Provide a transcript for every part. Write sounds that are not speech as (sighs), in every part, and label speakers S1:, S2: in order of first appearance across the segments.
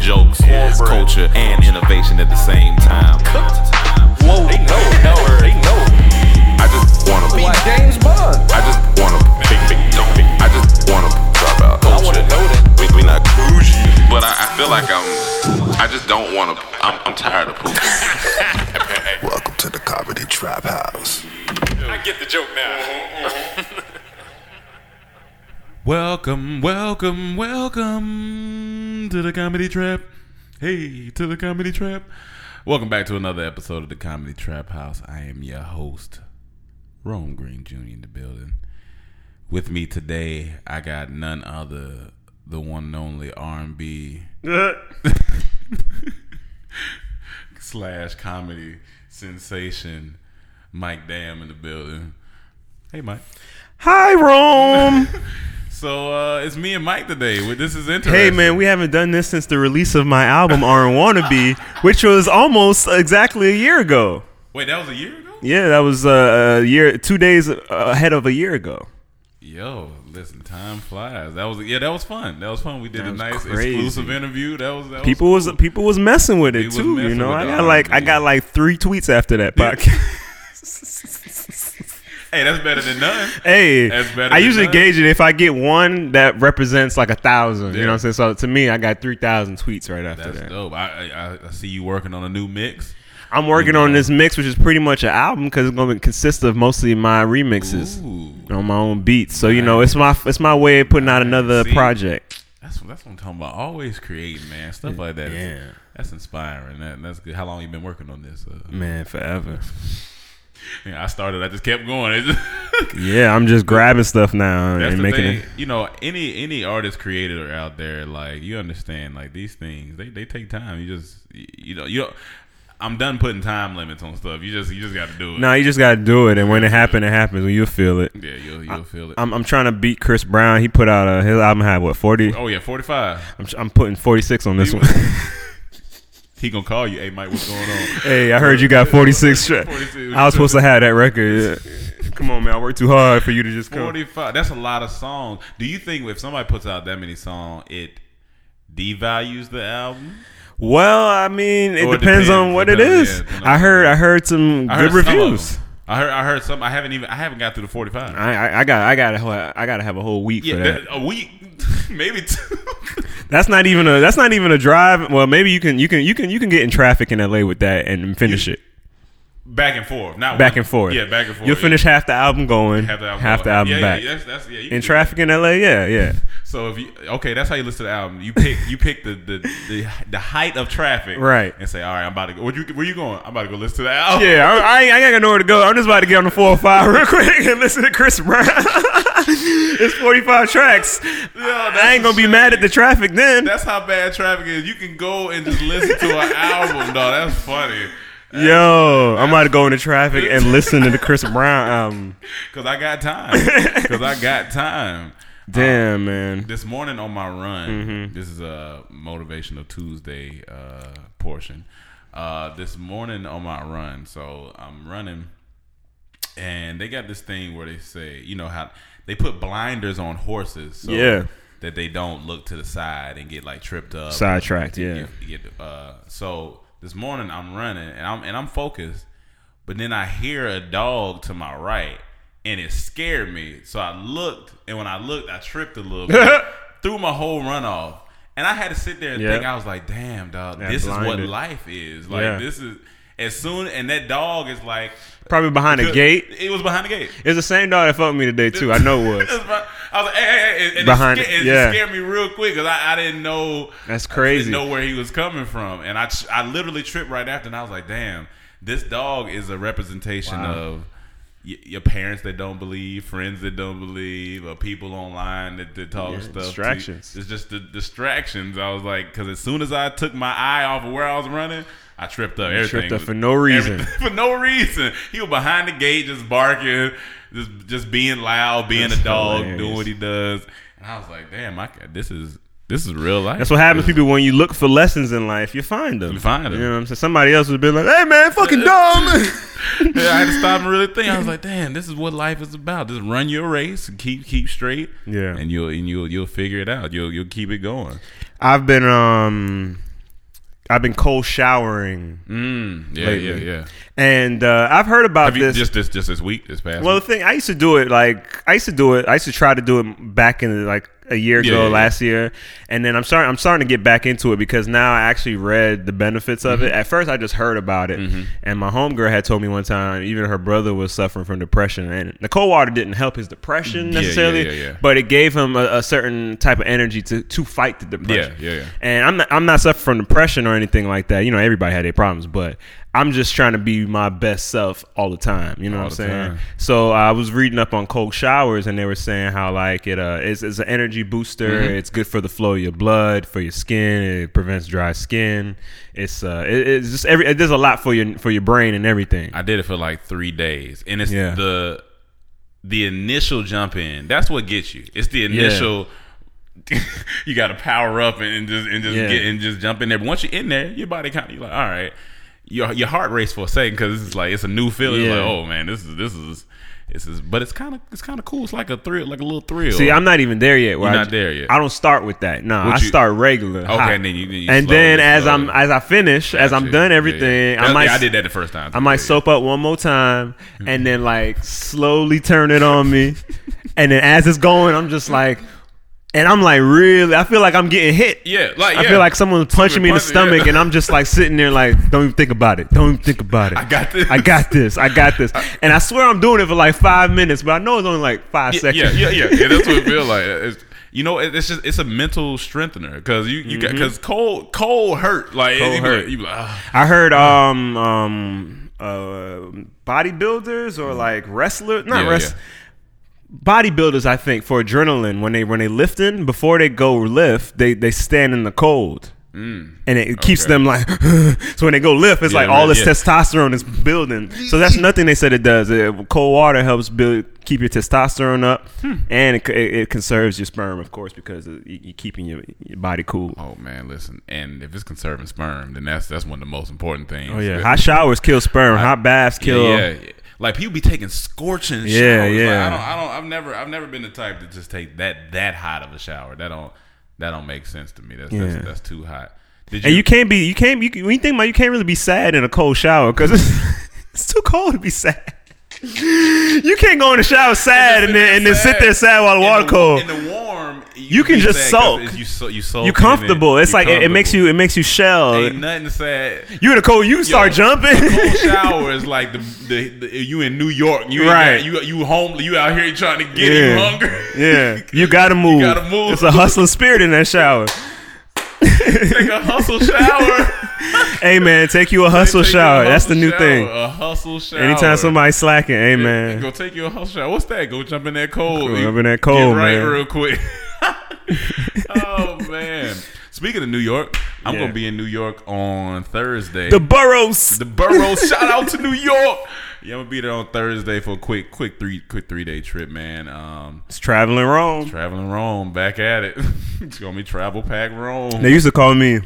S1: jokes,
S2: Yes, bruh.
S1: culture, and innovation at the same time.
S2: Whoa. They know, know her. They know.
S3: I just wanna be.
S2: Like
S4: James Bond.
S3: I just wanna big big don't be. I just wanna drop out.
S2: I wanna know that.
S3: We, we not bougie, but I, I feel like I'm. I just don't wanna. I'm, I'm tired of pooping.
S5: Welcome to the Comedy Trap House.
S2: I get the joke now.
S1: Welcome, welcome, welcome to the Comedy Trap. Hey, to the Comedy Trap. Welcome back to another episode of the Comedy Trap House. I am your host, Rome Green Jr. in the building. With me today, I got none other the one and only R&B (laughs) slash comedy sensation, Mike Dam in the building. Hey, Mike.
S6: Hi, Rome.
S1: So uh, it's me and Mike today. Well, This is interesting.
S6: (laughs) hey, man, we haven't done this since the release of my album "R and Wannabe," which was almost exactly a year ago.
S1: Wait, that was a year ago.
S6: Yeah, that was uh, a year, two days uh, ahead of a year ago.
S1: Yo, listen, time flies. That was yeah, that was fun. That was fun. We did a
S6: was
S1: nice
S6: crazy.
S1: exclusive interview. That was that
S6: People
S1: was,
S6: was people was messing with
S1: They
S6: it
S1: was
S6: too. You
S1: messing
S6: know,
S1: with
S6: I
S1: the
S6: got like I
S1: R&B.
S6: got like three tweets after that podcast. (laughs)
S1: hey, that's better than none.
S6: hey,
S1: That's better
S6: I
S1: than
S6: usually
S1: none.
S6: gauge it if I get one that represents like a thousand. You
S1: Yeah.
S6: know what I'm saying? So to me, I got three thousand tweets right after
S1: That's
S6: that.
S1: dope. I, I I see you working on a new mix.
S6: I'm working on this mix, which is pretty much an album because it's going to consist of mostly my remixes.
S1: Ooh,
S6: on my own beats. So you know, it's my it's my way of putting out another
S1: See?
S6: project.
S1: that's that's what I'm talking about. Always creating, man. Stuff like that. is-
S6: Yeah.
S1: that's inspiring. That, that's good. How long you been working on this? Uh,
S6: Man, forever.
S1: yeah, I started. I just kept going. (laughs) It's
S6: Yeah, I'm just grabbing stuff now
S1: That's
S6: and
S1: the
S6: making
S1: thing.
S6: it.
S1: You know, any any artist creator out there, like you understand, like these things, they, they take time. You just you, you know you. Don't, I'm done putting time limits on stuff. You just you just got to do it.
S6: No, you just gotta do it, and when it happens, it happens. When you feel it.
S1: Yeah, you'll you'll feel it.
S6: I'm, I'm trying to beat Chris Brown. He put out a his album had what 40.
S1: oh yeah,
S6: (laughs)
S1: 45.
S6: I'm, I'm putting 46 on this
S1: He
S6: one. (laughs)
S1: (laughs) He gonna call you. Hey Mike, what's going on?
S6: hey, I heard you
S1: (laughs)
S6: got 46.
S1: 46.
S6: I was supposed to have that record. yeah. Come on, man. I worked too hard for you to just come.
S1: 45. That's a lot of songs. Do you think if somebody puts out that many songs, it devalues the album?
S6: Well, I mean, it
S1: Or Oh, it
S6: depends, on
S1: depends.
S6: what
S1: It
S6: it
S1: does,
S6: is.
S1: yeah, depends on
S6: I
S1: what it
S6: heard
S1: is.
S6: I heard some
S1: I
S6: good
S1: heard some of
S6: reviews.
S1: them. I heard I heard some. I haven't even I haven't got through the 45.
S6: I, I, I got I got I got to have a whole week
S1: yeah,
S6: for that.
S1: that- a week, (laughs) maybe two.
S6: That's not even a that's not even a drive. Well, maybe you can you can you can you can get in traffic in LA with that and finish it
S1: back and forth, not
S6: back
S1: one-
S6: and forth.
S1: Yeah, back and forth.
S6: You'll
S1: yeah.
S6: finish half the album going,
S1: half the album,
S6: half the
S1: going.
S6: album
S1: yeah,
S6: back
S1: Yeah, that's, that's, yeah, you can
S6: in
S1: do
S6: traffic in LA. Yeah, yeah.
S1: that. So if you okay, that's how you listen to the album. You pick you pick the the, the, the height of traffic,
S6: Right.
S1: And say, all right, I'm about to go. Where you where you going? I'm about to go listen to the (laughs) album.
S6: Yeah, I, I, ain't- I ain't got nowhere to go. I'm just about to get on the 405 real quick and listen to Chris Brown. (laughs) it's 45 tracks.
S1: that's
S6: I ain't going to be mad at the traffic then.
S1: That's how bad traffic is. You can go and just listen to
S6: (laughs)
S1: an album, dog. That's funny.
S6: Yo, I'm about to go into traffic and listen to the Chris Brown album.
S1: Cause I got time. Cause I got time.
S6: Damn, man.
S1: this morning on my run this is a motivational tuesday uh, portion uh, this morning on my run so i'm running and they got this thing where they say you know how they put blinders on horses so
S6: Yeah.
S1: that they don't look to the side and get like tripped up
S6: Sidetracked, yeah.
S1: get, get, uh, so this morning i'm running and i'm and i'm focused but then i hear a dog to my right and it scared me so i looked and when i looked i tripped a little bit
S6: (laughs)
S1: threw my whole run off and i had to sit there and
S6: Yeah.
S1: think i was like damn dog
S6: Yeah,
S1: this is what
S6: blinded.
S1: life is like
S6: Yeah.
S1: this is as soon and that dog is like
S6: Probably behind a gate.
S1: it was behind the gate
S6: It's the same dog that fucked me today too. I know it was.
S1: (laughs) That's right. I was like, hey, hey, hey. And
S6: Behind
S1: it,
S6: it,
S1: scared, it
S6: yeah.
S1: scared me real quick because I, I didn't know.
S6: That's
S1: I didn't
S6: crazy.
S1: know where he was coming from. And I, ch- I literally tripped right after and I was like, damn, this dog is a representation of y- your parents that don't believe, friends that don't believe, or people online that, that talk stuff. to you.
S6: distractions.
S1: It's just the distractions. I was like, because as soon as I took my eye off of where I was running, I tripped up. Everything
S6: tripped up
S1: was-
S6: for no reason.
S1: everything- (laughs) for no reason. He was behind the gate, just barking, just just being loud, being
S6: That's
S1: a dog,
S6: hilarious.
S1: doing what he does. And I was like, damn, I ca- this is this is real life.
S6: That's what happens, people. When you look for lessons in life, you find them.
S1: You find 'em.
S6: You know what I'm saying? Somebody else would be like, "Hey, man, fucking dumb."
S1: (laughs) Yeah, I had to stop and really think. I was like, damn, this is what life is about. Just run your race, and keep keep straight,
S6: Yeah.
S1: and you'll and you'll you'll figure it out. You'll you'll keep it going.
S6: I've been um I've been cold showering,
S1: Mm. Hmm. Yeah,
S6: lately.
S1: yeah, yeah.
S6: and uh, I've heard about
S1: Have you
S6: this.
S1: just this just this week, this past
S6: well, the
S1: week?
S6: thing I used to do it like I used to do it. I used to try to do it back in like a year
S1: Yeah,
S6: ago,
S1: yeah, yeah.
S6: last year, and then I'm starting. I'm starting to get back into it because now I actually read the benefits of it.
S1: Mm-hmm.
S6: At first, I just heard about it, and my homegirl had told me one time even her brother was suffering from depression, and the cold water didn't help his depression
S1: yeah,
S6: necessarily,
S1: yeah, yeah.
S6: but it gave him a, a certain type of energy to to fight the depression.
S1: Yeah, yeah, yeah.
S6: And I'm not, I'm not suffering from depression or anything like that. You know, everybody had their problems, but I'm just trying to be my best self all the time. You know what I'm
S1: the
S6: saying?
S1: time.
S6: So I was reading up on cold showers, and they were saying how like it uh, it's, it's an energy booster.
S1: Mm-hmm.
S6: It's good for the flow of your blood, for your skin. It prevents dry skin. It's uh, it, it's just every. It does a lot for your for your brain and everything.
S1: I did it for like three days, and it's
S6: Yeah.
S1: the the initial jump in. That's what gets you. It's the initial. (laughs) you got to power up and, and just and just
S6: Yeah.
S1: get and just jump in there. But once you're in there, your body kind of like, all right, your your heart race for a second because it's like it's a new feeling. It's
S6: Yeah.
S1: Like, oh man, this is this is this is. But it's kind of it's kind of cool. It's like a thrill, like a little thrill.
S6: See, I'm not even there yet. where
S1: You're
S6: I
S1: not there yet.
S6: I don't start with that. No,
S1: What
S6: I
S1: you-
S6: start regular. Okay,
S1: and then you- then you
S6: and
S1: slowly,
S6: then as I'm
S1: slowly.
S6: as I finish, as I'm
S1: Gotcha.
S6: done
S1: Yeah, yeah.
S6: everything, I
S1: That-
S6: might
S1: yeah, I did that the first time.
S6: I might
S1: Yeah, Mm-hmm.
S6: soap up one more time, and then like slowly turn it on
S1: (laughs)
S6: me, and then as it's going, I'm just like. And I'm like, really? I feel like I'm getting hit.
S1: Yeah, like,
S6: I
S1: yeah.
S6: feel like someone's punching me in the
S1: punching,
S6: stomach,
S1: yeah.
S6: and I'm just like sitting there, like, don't even think about it. Don't even think about it.
S1: I got this.
S6: I got this. I
S1: (laughs)
S6: got this. And I swear I'm doing it for like five minutes, but I know it's only like five
S1: yeah,
S6: seconds.
S1: yeah, yeah, yeah, yeah. That's what it feels like. It's, you know, it- it's just it's a mental strengthener because you you because cold cold hurt like
S6: Mm-hmm.
S1: you be
S6: Cold hurt.
S1: like- you be like, ah.
S6: I heard um um uh bodybuilders or like wrestlers, not
S1: Mm-hmm. Yeah,
S6: wrestlers. Bodybuilders, I think, for adrenaline when they when they lifting before they go lift, they they stand in the cold, and it keeps
S1: Mm. okay.
S6: them like. (laughs) so when they go lift, it's
S1: Yeah,
S6: like
S1: right,
S6: all this
S1: yeah.
S6: testosterone is building.
S1: (laughs)
S6: So that's nothing they said it does. It, cold water helps build keep your testosterone up,
S1: Hmm.
S6: and it, c- it, it conserves your sperm, of course, because it- you- you're keeping your, your body cool.
S1: Oh man, listen, and if it's conserving sperm, then that's that's one of the most important things.
S6: Oh yeah, hot showers kill sperm, hot baths
S1: yeah,
S6: kill.
S1: yeah. Like people be taking scorching showers.
S6: Yeah,
S1: Like,
S6: yeah.
S1: I don't, I don't, I've never, I've never been the type to just take that that hot of a shower. That don't, that don't make sense to me. That's
S6: Yeah.
S1: that's, that's too hot. Did
S6: And you can't be, you can't, you, when you think about, it, you can't really be sad in a cold shower because it's, (laughs) it's too cold to be sad. You can't go in the shower sad and then and then sit there sad while the water
S1: in
S6: cold.
S1: In the warm,
S6: You can
S1: be
S6: just
S1: sad 'cause
S6: soak.
S1: it's- You so, you soak.
S6: You're
S1: and then
S6: comfortable. It's
S1: you're
S6: like it, it makes
S1: comfortable.
S6: you, it makes you shell.
S1: Ain't nothing sad.
S6: You in the cold, you start jumping.
S1: Cold
S6: (laughs)
S1: shower is like the, the, the you in New York. You ain't
S6: Right.
S1: got- you you home. You out here trying to get
S6: Yeah.
S1: you (laughs) hungry.
S6: yeah, you gotta move.
S1: gotta move.
S6: It's a hustling spirit in that shower.
S1: Take a hustle
S6: (laughs)
S1: shower.
S6: hey man, take
S1: (laughs)
S6: you a hustle
S1: Take you a
S6: shower. That's the
S1: hustle
S6: new
S1: shower,
S6: thing.
S1: A hustle shower.
S6: Anytime somebody's slacking, hey man.
S1: Go take you a hustle shower. What's that? Go jump in that cold.
S6: Go
S1: You
S6: jump in that cold,
S1: Get right
S6: man.
S1: real
S6: (laughs)
S1: quick. oh man. Speaking of New York, I'm
S6: Yeah.
S1: gonna be in New York on Thursday.
S6: The burrows.
S1: The borough. (laughs) Shout out to New York. Yeah, I'm gonna be there on Thursday for a quick, quick three, quick three day trip, man. Um,
S6: it's traveling wrong.
S1: traveling Rome, back at it. (laughs) it's gonna be travel pack Rome.
S6: They used to call me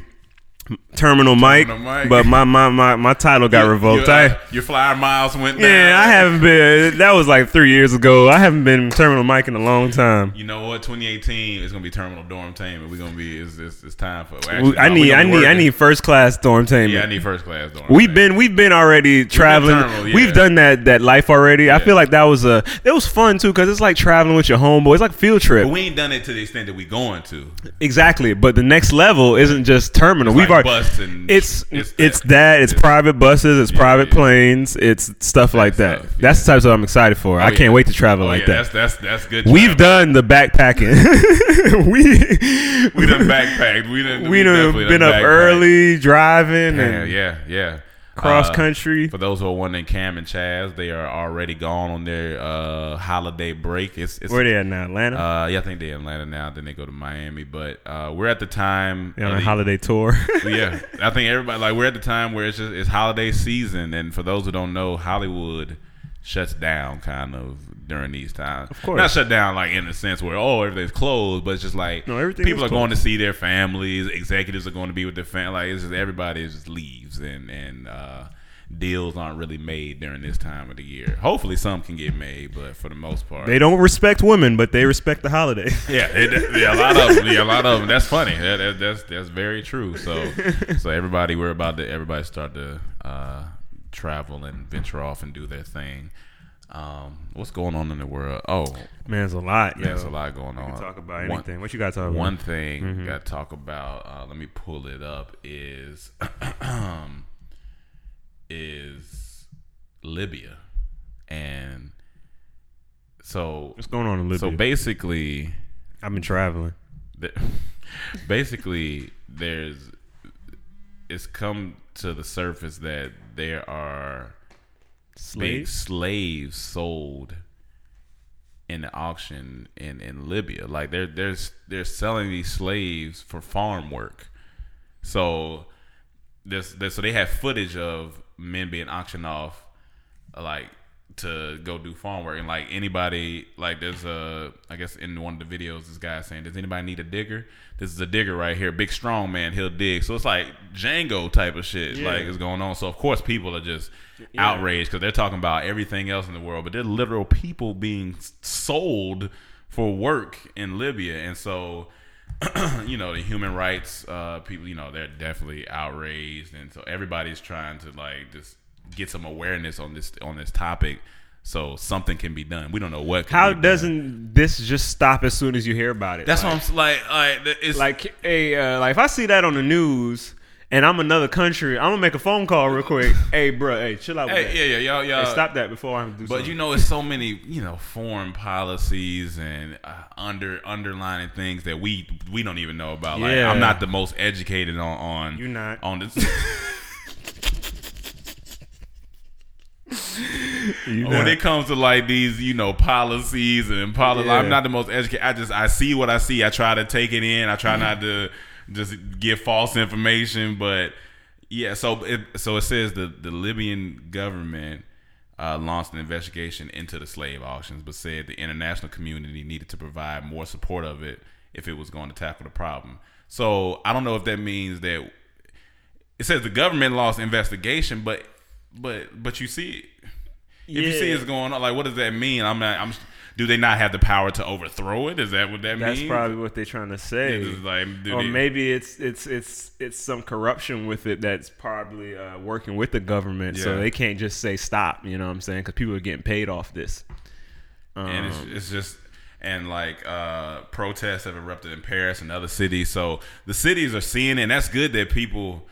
S6: Terminal Mike,
S1: Mike.
S6: but my, my, my, my title got
S1: Your-
S6: revoked.
S1: Your,
S6: I,
S1: uh, your flyer miles went down.
S6: yeah, I haven't been. That was like three years ago. I haven't been Terminal Mike in a long time.
S1: You know what? 2018 is gonna be terminal dorm team, and we're gonna be. It's, it's, it's time for. well,
S6: We-
S1: actually,
S6: I
S1: no, we
S6: need
S1: gonna
S6: I
S1: be
S6: need I
S1: working.
S6: need first class dorm team.
S1: Yeah, I need first class dorm.
S6: We've
S1: team.
S6: been we've been already traveling.
S1: terminal, yeah.
S6: We've done that that life already. I feel like that was a that was fun too because it's like traveling with your homeboy. It's like field trip.
S1: But we ain't done it to the extent that we going to.
S6: Exactly, but the next level isn't just terminal. We've
S1: like
S6: already
S1: bus and-
S6: it's
S1: it's
S6: it's
S1: that.
S6: that, it's, private buses, it's private
S1: yeah.
S6: planes, it's stuff like that.
S1: stuff,
S6: That's the types that I'm excited for. I
S1: yeah.
S6: can't wait to travel
S1: Oh,
S6: like
S1: yeah,
S6: that.
S1: That's that's that's good.
S6: We've
S1: travel.
S6: done the backpacking. (laughs) we
S1: We
S6: (laughs)
S1: done backpacked. We done.
S6: we done
S1: definitely
S6: been up
S1: backpacked.
S6: early driving
S1: Yeah,
S6: and
S1: yeah, yeah.
S6: cross
S1: Uh,
S6: country.
S1: For those who are wondering, Cam and Chaz, they are already gone on their uh, holiday break. It's, it's
S6: Where they at now? Atlanta.
S1: Uh, yeah, I think they're in Atlanta now. Then they go to Miami. But uh, we're at the time.
S6: they on
S1: of
S6: a
S1: the-
S6: holiday tour.
S1: (laughs)
S6: (laughs)
S1: yeah, I think everybody like we're at the time where it's just it's holiday season, and for those who don't know, Hollywood shuts down kind of during these times. Of
S6: course.
S1: not shut down like in the sense where oh everything's closed, but it's just like
S6: No, everything
S1: people
S6: is
S1: are going to see their families, executives are going to be with their family. Like it's just everybody just leaves, and and uh, deals aren't really made during this time of the year. Hopefully, some can get made, but for the most part,
S6: They don't respect women, but they respect the holiday. (laughs)
S1: yeah, it, yeah, a lot of them. Yeah, a lot of them. That's funny. That, that, that's that's very true.
S6: (laughs)
S1: So, so everybody, we're about to everybody start to uh, travel and venture off and do their thing. Um, what's going on in the world? Oh,
S6: Man, it's a lot. yo.
S1: there's a lot going on.
S6: We can talk about
S1: One-
S6: anything. Mm-hmm. What you got to talk
S1: One
S6: about?
S1: thing got to talk about. Uh, let me pull it up. Is (clears throat) is Libya and so
S6: What's going on in Libya?
S1: so basically
S6: I've been traveling.
S1: the- (laughs) basically there's it's come to the surface that there are big
S6: Slaves.
S1: slaves sold in the auction in, in Libya. Like they're they're they're selling these slaves for farm work. So this, this so they have footage of men being auctioned off like to go do farm work and like anybody like there's a I guess in one of the videos this guy saying does anybody need a digger this is a digger right here big strong man he'll dig so it's like Django type of shit like is going on so of course people are just outraged because they're talking about everything else in the world but they're literal people being s- sold for work in Libya and so you know the human rights uh, people you know they're definitely outraged and so everybody's trying to like just get some awareness on this on this topic so something can be done we don't know what can
S6: How
S1: be done.
S6: doesn't this just stop as soon as you hear about it?
S1: that's
S6: like,
S1: what i'm s- like like th- it's like
S6: like hey uh, like if I see that on the news and I'm another country, I'm gonna make a phone call
S1: (laughs)
S6: real quick. hey, bro, hey, chill out. with that.
S1: hey, yeah yeah y'all y'all
S6: Hey, stop that before I do something.
S1: But you know, it's so many you know foreign policies and uh, under underlining things that we we don't even know about. Like
S6: Yeah.
S1: I'm not the most educated on on
S6: You're not.
S1: on this.
S6: (laughs)
S1: when
S6: not.
S1: it comes to like these, you know, policies and policy,
S6: Yeah.
S1: I'm not the most educated. I just I see what I see. I try to take it in. I try
S6: Mm-hmm.
S1: not to just give false information, but yeah, so it, so it says the, the Libyan government uh, launched an investigation into the slave auctions, but said the international community needed to provide more support of it if it was going to tackle the problem. So I don't know if that means that it says the government lost investigation, but but but you see, if you see
S6: Yeah.
S1: it's going on, like what does that mean? I'm not. I'm. Do they not have the power to overthrow it? Is that what that
S6: That's
S1: means?
S6: probably what they're trying to say.
S1: It is like, do
S6: or
S1: they-
S6: maybe it's it's it's it's some corruption with it that's probably uh, working with the government, so
S1: Yeah.
S6: they can't just say stop. You know what I'm saying? Because people are getting paid off this.
S1: and it's,
S6: Um,
S1: it's just and like uh protests have erupted in paris and other cities so the cities are seeing it, and that's good that people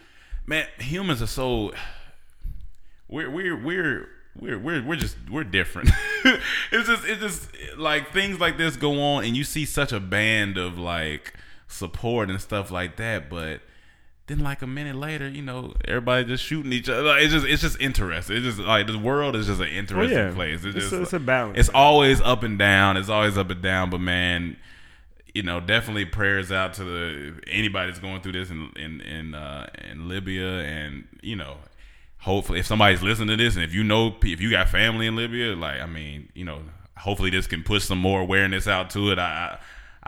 S1: man humans are so we're we're we're we're we're, we're just we're different (laughs) it's just it's just like things like this go on and you see such a band of like support and stuff like that but then like a minute later, you know, everybody just shooting each other. Like, it's just it's just interesting. It's just like the world is just an interesting
S6: Oh, yeah.
S1: place. It's,
S6: It's
S1: just
S6: a- it's a balance.
S1: It's always up and down. It's always up and down. But man, you know, definitely prayers out to the anybody that's going through this in in in, uh, in Libya, and you know, hopefully, if somebody's listening to this, and if you know, if you got family in Libya, like I mean, you know, hopefully this can push some more awareness out to it. I. I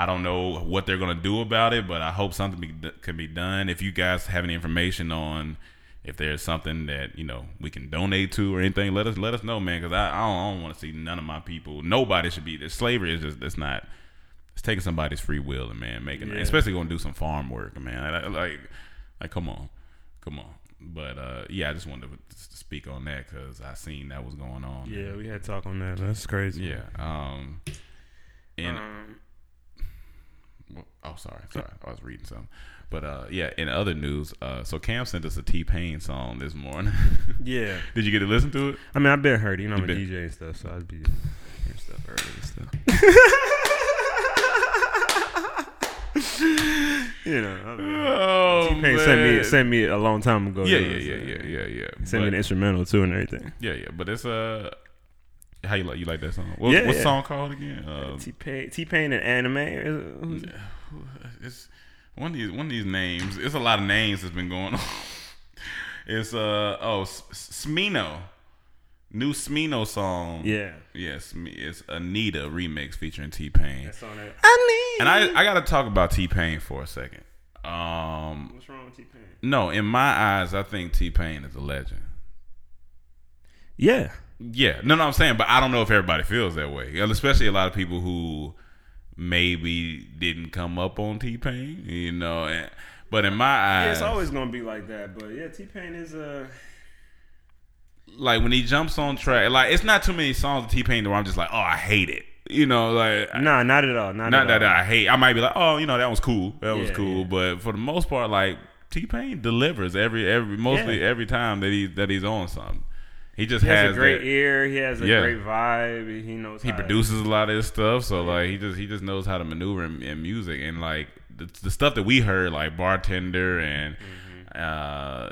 S1: I don't know what they're gonna do about it, but I hope something be, can be done. If you guys have any information on if there's something that you know we can donate to or anything, let us let us know, man. Because I, I don't, I don't want to see none of my people. Nobody should be. This slavery is just that's not. It's taking somebody's free will and man making, especially going to do some farm work, man. Like, like, like, come on, come on. But uh, yeah, I just wanted to s- speak on that because I seen that was going on.
S6: Yeah, we had talk on that. That's crazy.
S1: yeah. Um, and
S6: Uh-huh.
S1: Well, oh, sorry, sorry, I was reading something. But uh, yeah, in other news, uh, so Cam sent us a T Pain song this morning. (laughs)
S6: Yeah.
S1: Did you get to listen to it?
S6: I mean, I've been hurt. You know, I'm a
S1: been-
S6: DJ and stuff, so I'd be hearing stuff early and (laughs) stuff. you know, I mean,
S1: Oh,
S6: T-Pain sent me sent me a long time ago.
S1: yeah,
S6: you know what I'm
S1: yeah, yeah,
S6: saying?
S1: yeah, yeah, yeah.
S6: Sent me
S1: But-
S6: the instrumental too and everything.
S1: Yeah, yeah, but it's uh, how you like you like that song? What,
S6: Yeah,
S1: what
S6: yeah.
S1: song called again? Uh,
S6: T Pain, T Pain, and anime.
S1: it's one of these one of these names. It's a lot of names that's been going (laughs) on. It's uh oh S- S- Smino, new Smino song.
S6: Yeah,
S1: yes, me. It's Anita remix featuring T Pain.
S6: that's on that.
S1: And I I gotta talk about T Pain for a second. Um,
S6: What's wrong with T Pain?
S1: no, in my eyes, I think T Pain is a legend.
S6: Yeah.
S1: Yeah, no, no, I'm saying, but I don't know if everybody feels that way, And especially a lot of people who maybe didn't come up on T Pain, you know. And, but in my
S6: Yeah,
S1: eyes,
S6: it's always gonna be like that, but yeah, T Pain is uh, a.
S1: like when he jumps on track, like it's not too many songs of T Pain where I'm just like, oh, I hate it, you know, like
S6: Uh, nah, not at all. Not,
S1: not
S6: at all.
S1: that I hate. I might be like, oh, you know, that was cool, that was
S6: Yeah,
S1: cool,
S6: yeah.
S1: but for the most part, like T Pain delivers every every mostly every time that he that he's on something. He just
S6: He has a great
S1: that-
S6: ear. He has a
S1: Yeah.
S6: great vibe. He knows.
S1: he
S6: how to-
S1: produces a lot of his stuff, so like he just he just knows how to maneuver in, in music and like the, the stuff that we heard, like bartender and
S6: Mm-hmm.
S1: uh,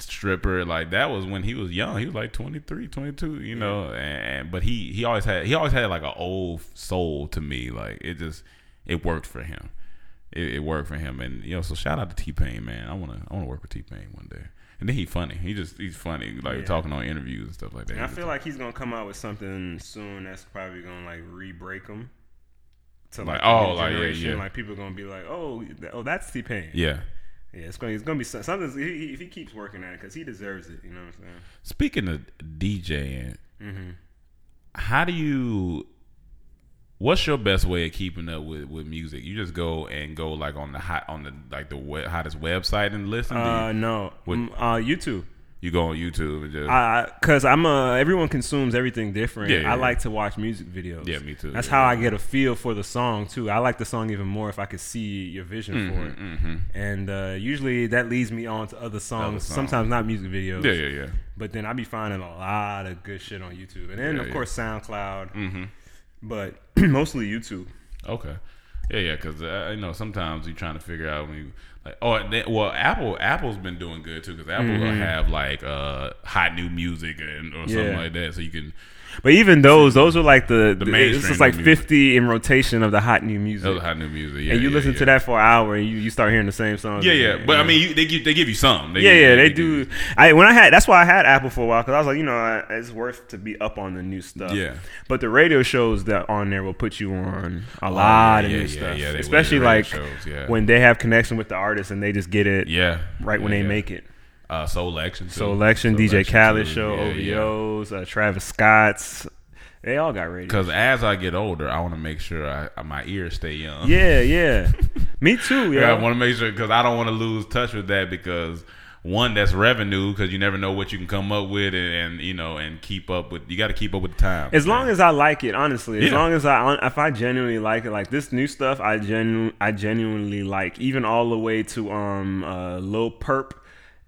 S1: stripper, like that was when he was young. He was like 23, 22, you know. And but he he always had he always had like an old soul to me. Like it just it worked for him. It, it worked for him, and you know. So shout out to T Pain, man. I wanna I wanna work with T Pain one day. And then he funny. He just he's funny, like talking on interviews and stuff like that.
S6: And I
S1: He's
S6: feel like he's gonna come out with something soon that's probably gonna like re-break him. To
S1: Like,
S6: the
S1: oh,
S6: new
S1: like, yeah,
S6: generation.
S1: yeah.
S6: like people gonna be like, oh, th- oh, that's T Pain.
S1: yeah.
S6: yeah, it's gonna, it's gonna be some- something. he- he- If he keeps working at it, because he deserves it. You know what I'm saying?
S1: Speaking of DJing, how do you? What's your best way of keeping up with, with music? You just go and go like on the hot on the like the we- hottest website and listen. Do you-
S6: Uh, no,
S1: What-
S6: Mm, uh, YouTube.
S1: you, go on YouTube and just
S6: I because I'm a everyone consumes everything different.
S1: Yeah, yeah,
S6: I
S1: yeah.
S6: like to watch music videos.
S1: Yeah, me too.
S6: That's
S1: Yeah.
S6: how I get a feel for the song too. I like the song even more if I could see your vision
S1: Mm-hmm,
S6: for it. And uh, usually that leads me on to other songs.
S1: songs.
S6: Sometimes not music videos.
S1: yeah yeah yeah.
S6: But then I be finding a lot of good shit on YouTube, and then
S1: Yeah,
S6: of
S1: yeah. Mm-hmm.
S6: course SoundCloud. But (clears throat) mostly YouTube.
S1: Okay. Yeah, yeah, because uh, you know sometimes you're trying to figure out when you like. Oh, and then, well, Apple Apple's been doing good too because Apple will have like uh hot new music and or something
S6: Mm-hmm. Yeah.
S1: like that, so you can.
S6: But even those, those are like the, the
S1: mainstream
S6: It's just like
S1: new music.
S6: fifty in rotation of the hot new music.
S1: That was hot new music. Yeah,
S6: and you
S1: yeah,
S6: listen
S1: yeah.
S6: to that for an hour, and you, you start hearing the same songs.
S1: Yeah,
S6: again.
S1: yeah, but I mean, you, they give they give you some.
S6: Yeah, yeah, they
S1: give you-
S6: do. I when I had that's why I had Apple for a while because I was like, you know, I- it's worth to be up on the new stuff.
S1: Yeah.
S6: But the radio shows that on there will put you on a lot of
S1: Oh, yeah,
S6: new
S1: yeah,
S6: stuff,
S1: yeah, they will.
S6: especially
S1: The radio
S6: like
S1: shows, yeah.
S6: when they have connection with the artist and they just get it
S1: Yeah.
S6: right when
S1: Yeah,
S6: they
S1: yeah.
S6: make it.
S1: Uh, Soul Action.
S6: So election, DJ Khaled show,
S1: OVO.
S6: OVOs, Uh, Travis Scott's, they all got radio.
S1: Because as I get older, I want to make sure I, I- my ears stay young.
S6: Yeah, yeah.
S1: (laughs)
S6: Me too.
S1: Yeah,
S6: Yeah.
S1: I want to make sure because I don't want to lose touch with that because one, that's revenue because you never know what you can come up with and, and you know and keep up with. You got to keep up with the time.
S6: As long as I like it, honestly. As
S1: Yeah.
S6: long as I, hon- if I genuinely like it, like this new stuff, I genu- I genuinely like. Even all the way to um, uh, Lil Perp,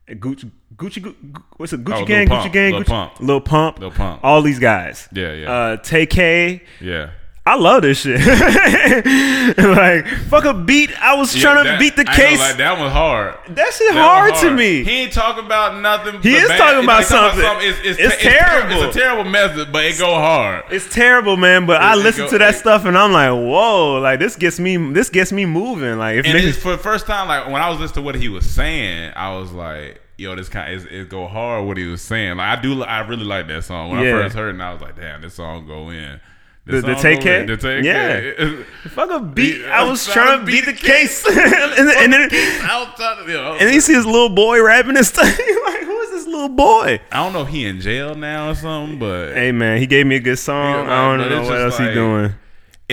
S6: Gucci, Gucci, Gu- Gu- what's it?
S1: Oh,
S6: Gucci
S1: Lil
S6: Gang,
S1: Pump,
S6: Gucci Gang,
S1: Lil
S6: Gucci,
S1: Pump.
S6: Lil Pump,
S1: Lil Pump.
S6: all these guys.
S1: Yeah, yeah.
S6: Uh, TK,
S1: yeah.
S6: I love this shit. (laughs) like fuck a beat. I was trying
S1: Yeah,
S6: to beat the
S1: that- I ain't gonna
S6: case.
S1: lie, that was hard.
S6: That shit
S1: That
S6: hard,
S1: was
S6: to me.
S1: He ain't talking about nothing.
S6: He
S1: but
S6: is talking about
S1: He's
S6: something.
S1: It's,
S6: It's
S1: ter-
S6: terrible.
S1: It's a terrible method, but it go hard.
S6: It's terrible, man. But I
S1: it
S6: listen
S1: go-
S6: to that
S1: it-
S6: stuff and I'm like, whoa, like this gets me, this gets me moving. Like if
S1: And
S6: niggas,
S1: it's for the first time, like when I was listening to what he was saying, I was like, "Yo, this kind of, it, it go hard." What he was saying, like I do, I really like that song when
S6: Yeah.
S1: I first heard, it, and I was like, "Damn, this song go in."
S6: The- the
S1: song go
S6: take care?
S1: in. the take
S6: Yeah.
S1: care. (laughs)
S6: fuck a beat.
S1: Yeah,
S6: I
S1: I'm
S6: was
S1: trying
S6: trying to beat the case, (laughs) and, then- and then
S1: Outside of- you know,
S6: and then you see this little boy rapping and stuff. (laughs) You're like, who is this little boy?
S1: I don't know if he in jail now or something, but
S6: Hey man, he gave me a good song.
S1: Yeah, but
S6: I don't know
S1: it's
S6: what else
S1: just
S6: he
S1: like-
S6: doing.
S1: it-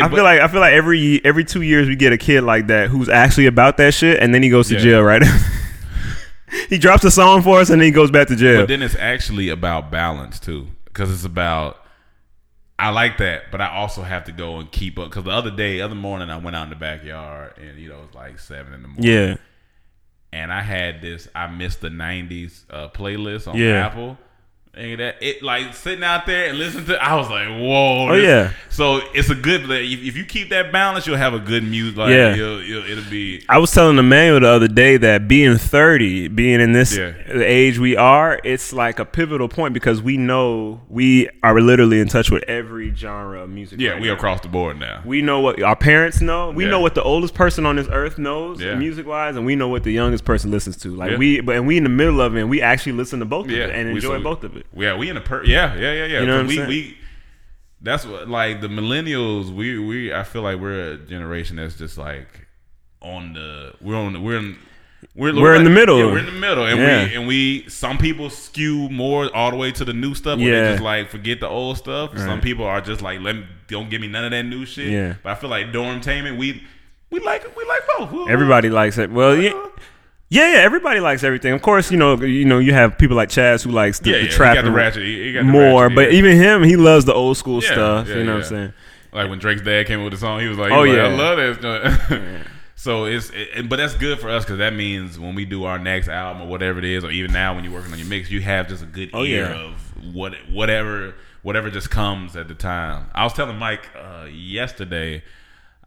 S6: I
S1: but-
S6: feel like I feel like every ye- every two years we get a kid like that who's actually about that shit, and then he goes to
S1: Yeah.
S6: jail. Right? (laughs) he drops a song for us, and then he goes back to jail.
S1: But then it's actually about balance too, because it's about I like that, but I also have to go and keep up. Because the other day, other morning, I went out in the backyard, and you know it was like seven in the morning.
S6: yeah,
S1: and I had this. I missed the '90s uh, playlist on
S6: Yeah.
S1: Apple. And that it like sitting out there and listening to. I was like, whoa.
S6: Oh,
S1: this-
S6: yeah.
S1: So it's a good. like, If, if you keep that balance, you'll have a good music. Like,
S6: Yeah.
S1: You'll, you'll, it'll be.
S6: I was telling Emmanuel the other day that being 30, being in this
S1: Yeah.
S6: age we are, it's like a pivotal point because we know we are literally in touch with every genre of music.
S1: Yeah,
S6: right
S1: we
S6: now.
S1: are across the board now.
S6: We know what our parents know. We
S1: Yeah.
S6: know what the oldest person on this earth knows,
S1: Yeah.
S6: music wise, and we know what the youngest person listens to. Like
S1: Yeah.
S6: we, but and we in the middle of it, and we actually listen to both
S1: yeah,
S6: of it and
S1: we-
S6: enjoy
S1: so-
S6: both of it.
S1: Yeah, we in a per. Yeah, yeah, yeah, yeah.
S6: You know what I'm
S1: we
S6: saying?
S1: we that's what like the millennials. We we I feel like we're a generation that's just like on the we're on the, we're in, We're,
S6: We're in the middle.
S1: Yeah, we're in the middle, and
S6: Yeah.
S1: we and we. Some people skew more all the way to the new stuff. Where
S6: Yeah.
S1: they just like forget the old stuff. Some
S6: Right.
S1: people are just like, let me, don't give me none of that new shit.
S6: Yeah.
S1: But I feel like dormtainment, we we like we like both. We-
S6: Everybody likes it. Well, yeah, yeah, yeah, everybody likes everything. Of course, you know, you know, you have people like Chaz who likes the,
S1: Yeah,
S6: the
S1: yeah, he
S6: trap
S1: got the
S6: and
S1: ratchet. He, he got the
S6: more,
S1: ratchet,
S6: but
S1: yeah.
S6: even him, he loves the old school
S1: Yeah,
S6: stuff.
S1: yeah,
S6: you know what
S1: yeah.
S6: I'm saying?
S1: Like when Drake's dad came up with the song, he was like, he
S6: Oh,
S1: was like,
S6: yeah.
S1: I love that. (laughs) so it's, it, and- but that's good for us because that means when we do our next album or whatever it is, or even now when you're working on your mix, you have just a good
S6: Oh,
S1: ear
S6: yeah.
S1: of what whatever whatever just comes at the time. I was telling Mike uh, yesterday.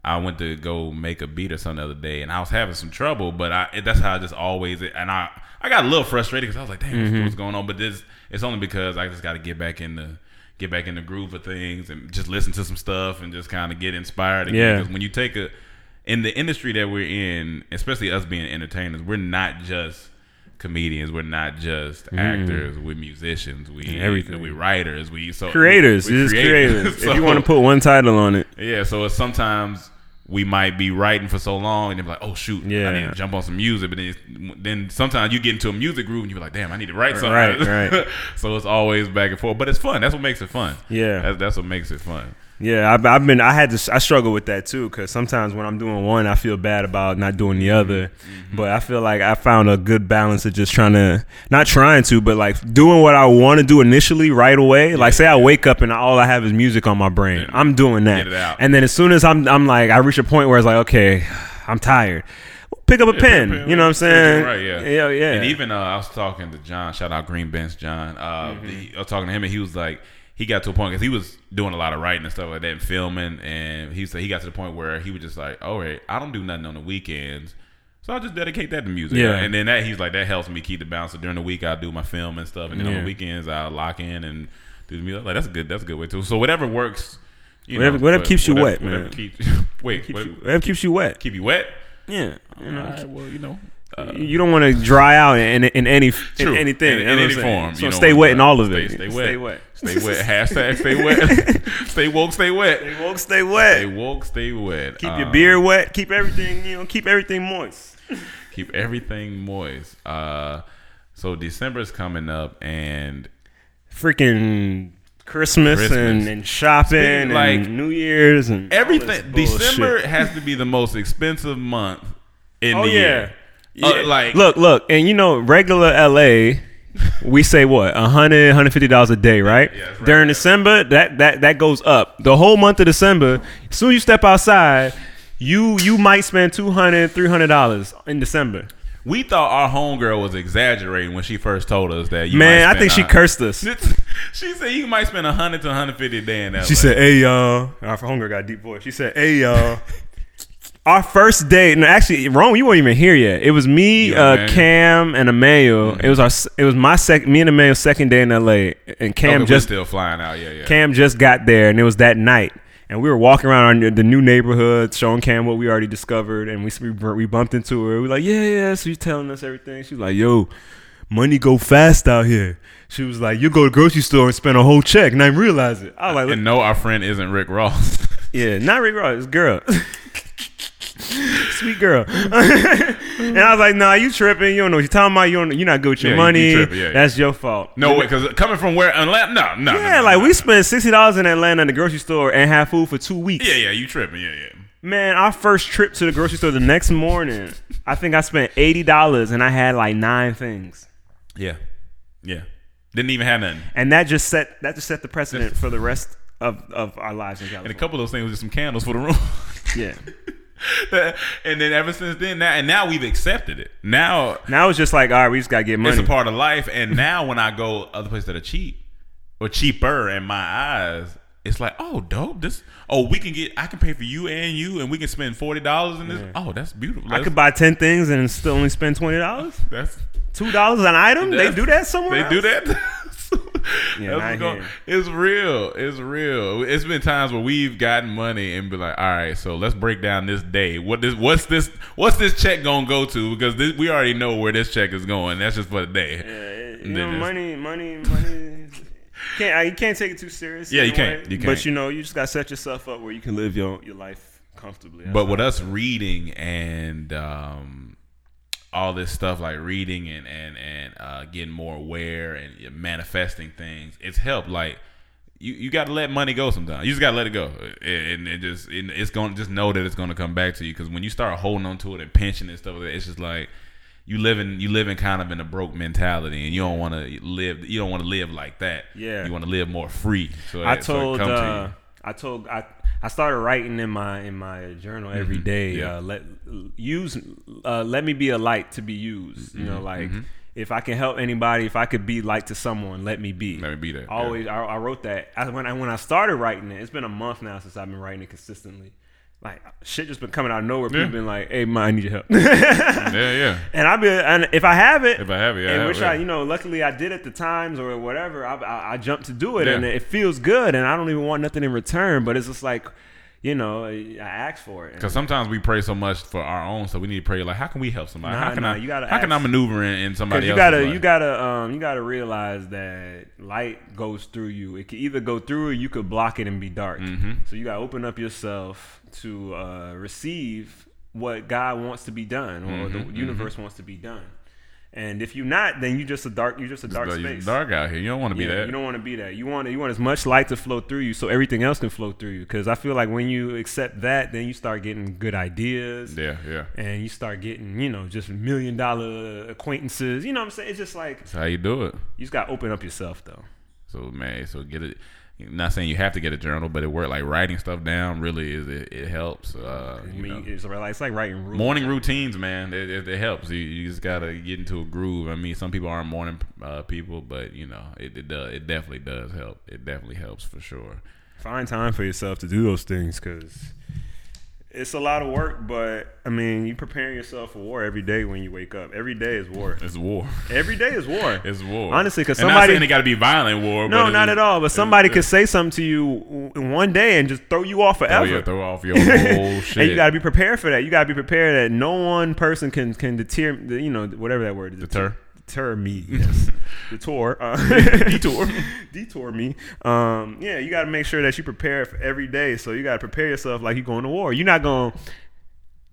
S1: I went to go make a beat or something the other day, and I was having some trouble. But I that's how I just always and I I got a little frustrated because I was like, damn, what's going on? But this it's only because I just got to get back in the get back in the groove of things and just listen to some stuff and just kind of get inspired. Again.
S6: Yeah.
S1: 'Cause when you take a in the industry that we're in, especially us being entertainers, we're not just comedians, we're not just actors, we're musicians, we
S6: Mm. Everything.
S1: we writers, we so
S6: Creators,
S1: we-
S6: you
S1: we're
S6: just
S1: (laughs)
S6: creators. if you
S1: So-
S6: want to put one title on it,
S1: yeah, so it's sometimes we might be writing for so long and then be like, oh shoot, I need
S6: Yeah.
S1: to jump on some music. But then, it's- then sometimes you get into a music groove and you're like, damn, I need to write something.
S6: Right, right.
S1: (laughs) so it's always back and forth, but it's fun. That's what makes it fun.
S6: Yeah.
S1: that's, that's what makes it fun.
S6: Yeah, I've, I've been. I had to. I struggle with that too because sometimes when I'm doing one, I feel bad about not doing the other.
S1: Mm-hmm.
S6: But I feel like I found a good balance of just trying to, not trying to, but like doing what I want to do initially right away. like say I wake up and all I have is music on my brain. I'm doing that,
S1: Get it out.
S6: and then as soon as I'm, I'm like, I reach a point where it's like, okay, I'm tired. Pick up a pen. You know what I'm saying?
S1: Right, yeah.
S6: Yeah. Yeah.
S1: And even uh, I was talking to John, shout out Green Bench John. Uh,
S6: Mm-hmm.
S1: the- I was talking to him and he was like, he got to a point because he was doing a lot of writing and stuff like that and filming. And he said he got to the point where he was just like, all right, I don't do nothing on the weekends. So I'll just dedicate that to music.
S6: Yeah.
S1: And then that he's like, that helps me keep the balance. So during the week, I'll do my film and stuff. And then on the
S6: Yeah.
S1: weekends, I'll lock in and do the music. Like, that's a good, that's a good way too. So whatever works. You
S6: Whatever-
S1: know,
S6: whatever
S1: but
S6: keeps you
S1: whatever-
S6: wet, man.
S1: whatever keeps- (laughs) wait,
S6: keeps
S1: whatever-
S6: you, that keeps you wet.
S1: keep you wet?
S6: Yeah. You know,
S1: All right, well, you know. uh,
S6: you don't want to dry out in, in any
S1: True.
S6: in anything
S1: in,
S6: you know
S1: in any
S6: what I'm saying?
S1: form.
S6: So
S1: you know,
S6: stay wet in all of
S1: stay,
S6: it.
S1: Stay wet. Stay wet. Stay
S6: (laughs)
S1: wet. Hashtag stay wet. (laughs) stay woke. Stay wet.
S6: Stay woke. Stay
S1: Stay
S6: wet.
S1: woke. Stay wet.
S6: Keep
S1: Um,
S6: your beer wet. Keep everything. You know. Keep everything moist.
S1: Keep everything moist. Uh, so December's coming up, and
S6: Freaking Christmas,
S1: Christmas.
S6: And, and shopping
S1: Speaking
S6: and
S1: like-
S6: New Year's and all this
S1: everything.
S6: bullshit.
S1: December has to be the most expensive month in
S6: Oh
S1: the
S6: yeah.
S1: year. Uh,
S6: Yeah.
S1: like-
S6: look, look, and you know, regular LA. We say what 100 150 dollars a day, right?
S1: Yeah, that's right.
S6: During December, that that that goes up. The whole month of December, as soon as you step outside, you you might spend 200 300 dollars in December.
S1: We thought our homegirl was exaggerating when she first told us that. You
S6: Man,
S1: might
S6: I think she
S1: spend a-
S6: cursed us.
S1: (laughs) She said you might spend hundred to hundred fifty a day in that.
S6: She said, "Hey y'all." Our homegirl got a deep voice. She said, "Hey y'all." Our first date, and actually, Rome, you weren't even here yet. It was me,
S1: You and
S6: uh,
S1: Emmanuel.
S6: Cam, and Emmanuel. It was our, s- it was my second, me and Emmanuel's second day in L.A. And Cam
S1: "Cam, just
S6: just,
S1: still flying out." Yeah, yeah.
S6: Cam just got there, and it was that night. And we were walking around our, new- the new neighborhood, showing Cam what we already discovered, and we s- we, br- we bumped into her. We like, yeah, yeah. So she's telling us everything. She's like, yo, money go fast out here. She was like, you go to grocery store and spend a whole check, and I realize it. I was like,
S1: and no, our friend isn't Rick Ross. (laughs)
S6: yeah, not Rick Ross, it's girl. (laughs) Sweet girl. (laughs) and I was like, nah, you tripping. You don't know what you're talking about. You don't, you're not good with your
S1: Yeah, you-
S6: money.
S1: you tripping, yeah, yeah.
S6: That's your fault.
S1: No, because coming from where? Unless, no, no.
S6: Yeah,
S1: no,
S6: like
S1: no,
S6: we
S1: no.
S6: spent $60 in Atlanta in the grocery store and had food for two weeks.
S1: Yeah, yeah, you tripping? Yeah, yeah.
S6: Man, our first trip to the grocery store the next morning, I think I spent $80 and I had like nine things.
S1: Yeah, yeah. Didn't even have nothing.
S6: And that just set that just set the precedent for the rest of, of our lives in California.
S1: And a couple of those things was just some candles for the room. (laughs)
S6: yeah.
S1: and then ever since then, now and now we've accepted it. Now
S6: Now it's just like, all right, we just got to get money.
S1: it's a part of life. And now when I go other places that are cheap or cheaper in my eyes, it's like, oh, dope. This, oh, we can get. I can pay for you and you, and we can spend forty dollars in this. Oh, that's beautiful.
S6: I could buy 10 things and still only spend $20.
S1: That's
S6: two dollars an item. They
S1: That's-
S6: do that somewhere.
S1: They do
S6: else?
S1: that.
S6: (laughs) Yeah,
S1: That's
S6: not
S1: going-
S6: here.
S1: it's real. It's real. It's been times where we've gotten money and be like, "All right, so let's break down this day. What this? What's this? What's this check gonna go to? Because this, we already know where this check is going. That's just for the day.
S6: You
S1: And
S6: know,
S1: then it's-
S6: money, money, money. Can't I, you can't take it too serious.
S1: Yeah,
S6: in
S1: you
S6: a
S1: can't.
S6: way.
S1: You can't.
S6: But you know, you just gotta set yourself up where you can live your your life comfortably.
S1: But with us reading and um, all this stuff like reading and and and uh, getting more aware and manifesting things, it's helped. Like you, you got to let money go sometimes. You just got to let it go, and, and it just and it's gonna just know that it's gonna come back to you. Because when you start holding on to it and pinching and stuff, like that, it's just like you living you living kind of in a broke mentality, and you don't want to live you don't want to live like that.
S6: Yeah.
S1: you want to live more free. So
S6: I
S1: that- so it
S6: told
S1: come to
S6: uh,
S1: you.
S6: I told I I started writing in my in my journal every day.
S1: Mm-hmm. Yeah.
S6: Uh, let use uh, let me be a light to be used. You
S1: Mm-hmm.
S6: know, like if I can help anybody, if I could be light to someone, let me be.
S1: Let me be that, yeah.
S6: Always, I, I wrote that I, when I when I started writing it. It's been a month now since I've been writing it consistently. Like shit, just been coming out of nowhere. People been like, "Hey, man, I need your help." (laughs)
S1: yeah, yeah.
S6: And I've been, and if I have it,
S1: If I have it, yeah, I
S6: and
S1: have
S6: which
S1: it.
S6: I, you know, luckily I did at the times or whatever, I, I, I jumped to do it,
S1: Yeah.
S6: and it feels good, and I don't even want nothing in return, but it's just like, you know, I asked for it.
S1: Because sometimes we pray so much for our own, so we need to pray like, how can we help somebody?
S6: Nah,
S1: how can
S6: nah,
S1: I?
S6: you gotta
S1: how can I
S6: ask.
S1: maneuver in, in somebody
S6: Because you
S1: else's
S6: gotta,
S1: life?
S6: you gotta, um, you gotta realize that light goes through you. It can either go through, or you could block it and be dark.
S1: Mm-hmm.
S6: So you gotta open up yourself to uh, receive what God wants to be done, or
S1: Mm-hmm,
S6: the universe wants to be done. And if you're not, then you just a dark, you're just a dark
S1: It's
S6: space.
S1: dark out here. You don't want to be
S6: Yeah,
S1: that.
S6: you don't want to be that. You want you want as much light to flow through you, so everything else can flow through you. Because I feel like when you accept that, then you start getting good ideas,
S1: yeah, yeah.
S6: and you start getting you know just million dollar acquaintances. You know what I'm saying? It's just like
S1: That's how you do it.
S6: you just got to open up yourself though.
S1: So man, so get it. Not saying you have to get a journal, but it worked. Like writing stuff down really is it, it helps. Uh,
S6: I
S1: you know.
S6: mean, it's like it's like writing rules.
S1: morning routines, man, it, it, it helps. You, you just gotta get into a groove. I mean, some people aren't morning uh, people, but you know, it it, does, it definitely does help. It definitely helps for sure.
S6: Find time for yourself to do those things because it's a lot of work. But I mean, you preparing yourself for war every day when you wake up. Every day is war.
S1: It's war. (laughs)
S6: Every day is war.
S1: It's war.
S6: Honestly, 'cause
S1: And
S6: somebody-
S1: not saying it got to be violent war. but
S6: No,
S1: it's
S6: not
S1: just-
S6: at all. But
S1: it's-
S6: somebody
S1: it's-
S6: could say something to you w- in one day and just throw you off
S1: Oh
S6: forever.
S1: yeah, throw off your whole Oh, shit.
S6: (laughs) And you got to be prepared for that. You got to be prepared that no one person can can deter you know whatever that word is
S1: Deter. (laughs)
S6: deter me. Yes, detour, uh, detour, detour me. Um, yeah, you got to make sure that you prepare for every day. So you got to prepare yourself like you're going to war. You're not going. to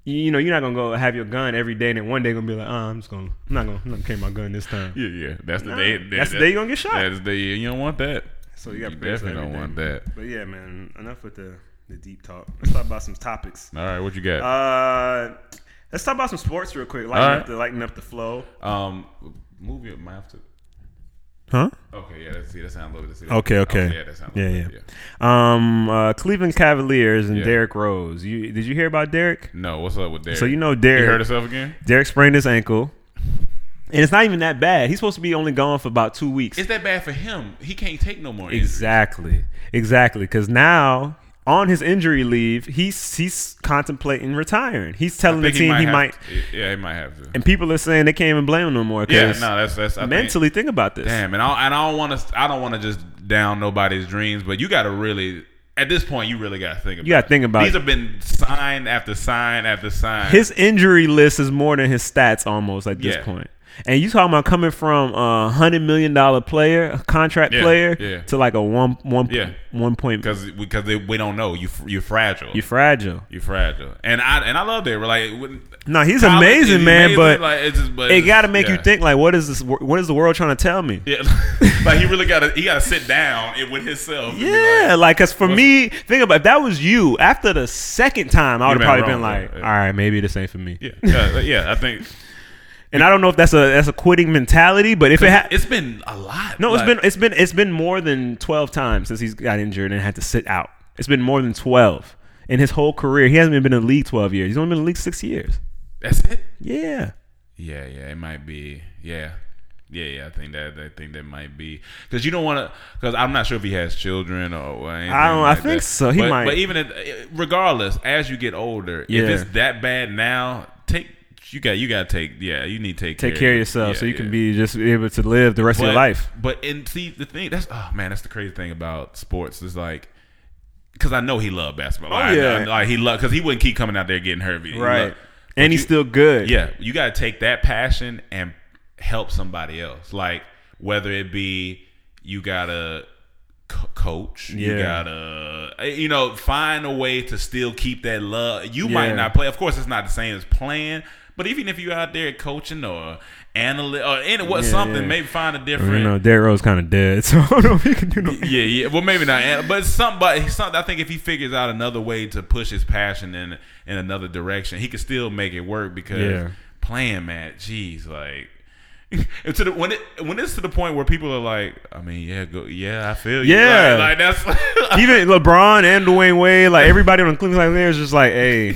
S6: you know, you're not gonna go have your gun every day, and then one day gonna be like, oh, I'm just gonna, I'm not gonna, I'm not gonna carry my gun this time.
S1: yeah, yeah. That's the
S6: Nah,
S1: day.
S6: that's the day you gonna get shot.
S1: That's the day you don't want that.
S6: So you got to prepare for
S1: definitely don't
S6: everything.
S1: want that.
S6: But yeah, man, enough with the, the deep talk. Let's talk about some topics.
S1: All right, what you got?
S6: Uh, let's talk about some sports real quick. Lighten
S1: All right.
S6: up the lighten up the flow.
S1: Um, move your mouth to.
S6: Huh?
S1: Okay, yeah, that's see, that sounds a little bit. see, that-
S6: Okay, okay.
S1: yeah, that sounds. a
S6: yeah,
S1: little
S6: yeah.
S1: bit,
S6: Um, uh, Cleveland Cavaliers and
S1: Yeah.
S6: Derrick Rose. You did you hear about Derrick?
S1: No, what's up with Derek?
S6: So you know
S1: he
S6: Derrick.
S1: hurt himself again.
S6: Derrick sprained his ankle, and it's not even that bad. He's supposed to be only gone for about two weeks.
S1: It's that bad for him. He can't take no more. injuries.
S6: Exactly. Exactly. Because now on his injury leave, he's he's contemplating retiring. He's telling the
S1: Think
S6: team he might,
S1: have to- yeah, he might have to.
S6: and people are saying they can't even blame him no more. 'cause
S1: Yeah, no, that's that's I think-
S6: mentally think, about this.
S1: Damn, and I, and I don't want to. I don't want to just down nobody's dreams, but you got to really. At this point, you really got to think about.
S6: gotta
S1: it.
S6: think about
S1: These
S6: it.
S1: have been sign after sign after sign.
S6: His injury list is more than his stats almost at this
S1: Yeah.
S6: point. And you talking about coming from a hundred million dollar player, a contract
S1: Yeah,
S6: player,
S1: yeah.
S6: to like a one one
S1: Yeah.
S6: one point.
S1: because because they, we don't know you. f- You're fragile.
S6: You're fragile.
S1: You're fragile, and I and I love that. We're like, when-
S6: No, he's
S1: College is
S6: amazing, man. But
S1: like, it's just, but
S6: it
S1: it's-
S6: got to make you
S1: yeah.
S6: think. Like, what is this? wor- What is the world trying to tell me?
S1: Yeah, (laughs) like he really got to he got to sit down and with himself. and be
S6: Yeah,
S1: like,
S6: like, cause for me, think about if that was you after the second time, I would
S1: been
S6: have probably
S1: wrong,
S6: been like,
S1: yeah,
S6: all
S1: yeah.
S6: right, maybe this ain't for me.
S1: yeah, yeah, yeah. I think
S6: And I don't know if that's a that's a quitting mentality, but if it ha-
S1: it's been a lot.
S6: no,
S1: it's
S6: it's been it's been it's been more than twelve times since he's got injured and had to sit out. It's been more than twelve in his whole career. He hasn't even been in the league twelve years. He's only been in the league six years.
S1: that's it.
S6: Yeah,
S1: Yeah, yeah, it might be. Yeah, yeah, yeah. I think that I think that might be because you don't want to. Because I'm not sure if he has children or. Anything
S6: I don't- I
S1: Like
S6: think
S1: that.
S6: so. He
S1: but,
S6: might.
S1: But even if, regardless, as you get older,
S6: Yeah.
S1: if it's that bad now, take you got you got to take. Yeah, you need to take
S6: take care of yourself
S1: Yeah,
S6: so you
S1: yeah.
S6: can be just able to live the rest of your
S1: But-
S6: life.
S1: But and see the thing that's oh man that's the crazy thing about sports is like because I know he loved basketball. Like, I-
S6: Oh, yeah.
S1: I- like he loved because he wouldn't keep coming out there getting hurt. He loved-
S6: and he's
S1: you-
S6: still good.
S1: yeah, you got to take that passion and help somebody else. Like whether it be you gotta co- coach, you
S6: Yeah.
S1: gotta eh, you know find a way to still keep that love. You
S6: Yeah.
S1: might not play. Of course, it's not the same as playing.
S7: But even if you're out there coaching or analyst or any what
S6: Yeah,
S7: something,
S6: yeah.
S7: maybe find a
S6: You
S7: different.
S6: know, Derrick Rose kind of dead, (laughs) so I don't know if he can
S1: (laughs)
S6: do no.
S7: yeah, yeah. Well, maybe not, ana- but somebody. Some, I think if he figures out another way to push his passion in in another direction, he could still make it work because
S6: Yeah.
S7: playing, man, jeez, like. (laughs) And to the, when it when it's to the point where people are like, I mean, yeah, go, yeah, I feel you.
S6: Yeah.
S7: like, like that's (laughs)
S6: Even LeBron and Dwayne Wade, like everybody on the Cleveland Cavaliers, is just
S1: (laughs)
S6: like, hey,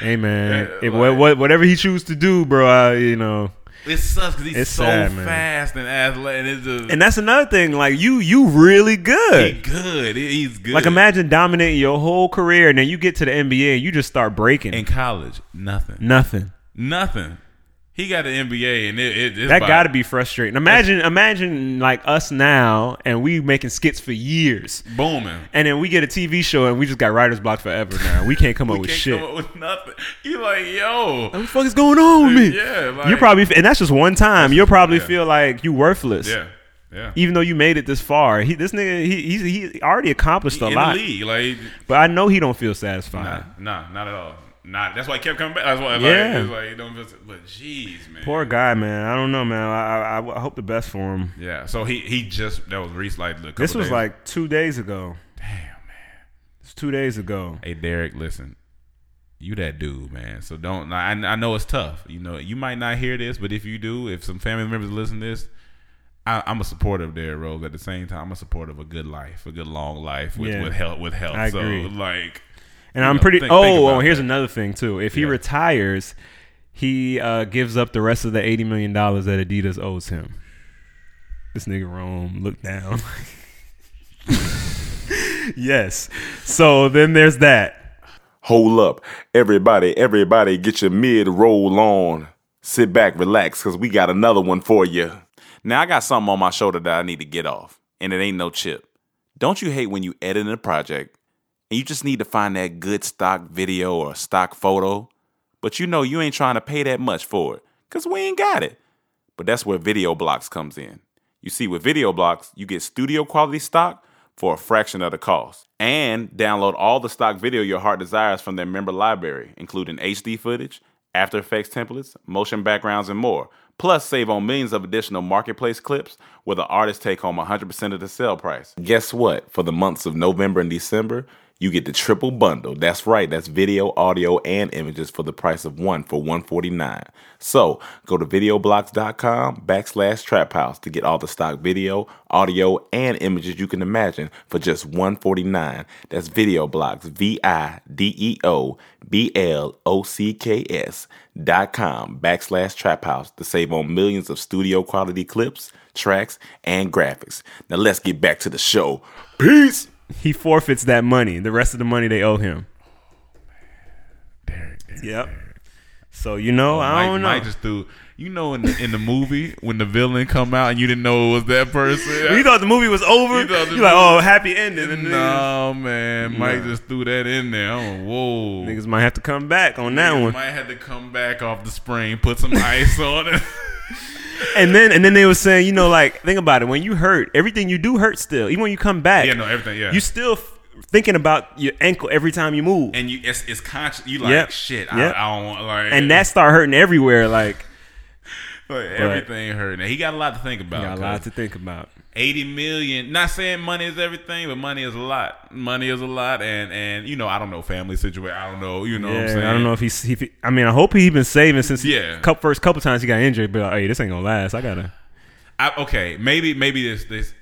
S6: hey man,
S7: Yeah,
S6: if, what,
S7: like-
S6: what, whatever he chooses to do, bro, I, you know.
S7: it sucks because he's
S6: It's
S7: so
S6: sad, man.
S7: fast and athletic. And it's just,
S6: And that's another thing, like you, you really
S7: he
S6: good.
S7: good. He- He's good.
S6: Like imagine dominating your whole career, and then you get to the NBA and you just start breaking
S7: in college, nothing,
S6: nothing.
S7: nothing. He got an MBA, and it, it it's
S6: That
S7: about-
S6: got to be frustrating. Imagine, imagine like us now, and we making skits for years,
S7: booming.
S6: and then we get a TV show, and we just got writer's block forever. Now we can't
S7: (laughs)
S6: come up with
S7: can't
S6: shit.
S7: come up with nothing. You like, yo,
S6: What the fuck is going on with me?
S7: Yeah, like-
S6: you probably, and that's just one time. You'll probably
S7: yeah.
S6: feel like you worthless,
S7: yeah, yeah.
S6: even though you made it this far. He, this nigga, he, he, he already accomplished a
S7: in
S6: lot,
S7: the league, like,
S6: but I know he don't feel satisfied.
S7: nah, nah, not at all. Not. That's why I kept coming back. That's why, like,
S6: Yeah.
S7: yeah. like, don't visit. But jeez, man.
S6: Poor guy, man. I don't know, man. I, I, I hope the best for him.
S7: yeah. So he he just that was Reese like the.
S6: This was like two days ago. Damn, man. It's two days ago.
S7: hey Derek, listen. You that dude, man. So don't. I, I know it's tough. You know, you might not hear this, but if you do, if some family members listen to this, I, I'm a supporter of Derrick Rose. At the same time, I'm a supporter of a good life, a good long life with
S6: Yeah.
S7: with health. With health,
S6: I
S7: so
S6: agree.
S7: like,
S6: And
S7: You
S6: I'm
S7: know,
S6: pretty.
S7: think-
S6: oh,
S7: think about
S6: oh, here's
S7: that.
S6: another thing too. If he
S7: Yeah.
S6: retires, he uh, gives up the rest of the eighty million dollars that Adidas owes him. This nigga Rome look down. (laughs) yes. So then there's that.
S1: Hold up. Everybody, everybody, get your mid roll on. Sit back, relax, because we got another one for you. Now, I got something on my shoulder that I need to get off, and it ain't no chip. Don't you hate when you edit a project and you just need to find that good stock video or stock photo, but you know you ain't trying to pay that much for it because we ain't got it? But that's where Video Blocks comes in. You see, with Video Blocks, you get studio quality stock for a fraction of the cost and download all the stock video your heart desires from their member library, including HD footage, After Effects templates, motion backgrounds, and more. Plus, save on millions of additional marketplace clips where the artists take home 100% of the sale price. Guess what? For the months of November and December, you get the triple bundle. That's right. That's video, audio, and images for the price of one for 149. So go to videoblocks.com backslash trap house to get all the stock video, audio, and images you can imagine for just 149. That's videoblocks, E V-I-D-E-O-B-L-O-C-K-S dot com backslash trap house to save on millions of studio quality clips, tracks, and graphics. Now let's get back to the show. Peace!
S6: He forfeits that money. The rest of the money they owe him. Yep. So you know, I
S7: Mike,
S6: don't know.
S7: Mike just threw. You know, in the, in the movie when the villain come out and you didn't know it was that
S6: (laughs)
S7: person.
S6: you thought the movie was over.
S7: You thought the
S6: You're like,
S7: movie-
S6: oh, happy ending. And then
S7: no man, Mike just threw that in there. I'm like, whoa.
S6: Niggas might have to come back on that one.
S7: Might have to come back off the spring, put some ice on it.
S6: And then and then they were saying, you know, like think about it. When you hurt, everything you do hurts still. Even when you come back,
S7: Yeah, no, everything, yeah.
S6: you still f- thinking about your ankle every time you move, and,
S7: and you, it's, it's conscious. You like
S6: Yep.
S7: shit.
S6: Yep.
S7: I, I don't want like
S6: that start hurting everywhere. Like
S7: like, everything hurt. Now, he got a lot to think about.
S6: got a lot to think about.
S7: 80 million not saying money is everything but money is a lot money is a lot and and you know i don't know family situation i don't know you know what i'm saying
S6: Yeah, I don't know if he's. If he, I mean, I hope he been saving since
S7: Yeah.
S6: couple, first couple times he got injured. But hey, this ain't gonna last. I gotta.
S7: I, okay maybe maybe this this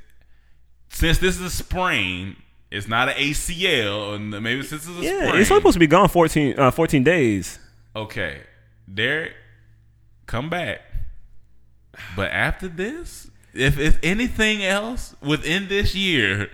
S7: since this is a spring it's not an acl and maybe since it's a
S6: Yeah,
S7: spring
S6: it's only supposed to be gone 14, uh, 14 days.
S7: okay derek come back but after this if if anything else within this year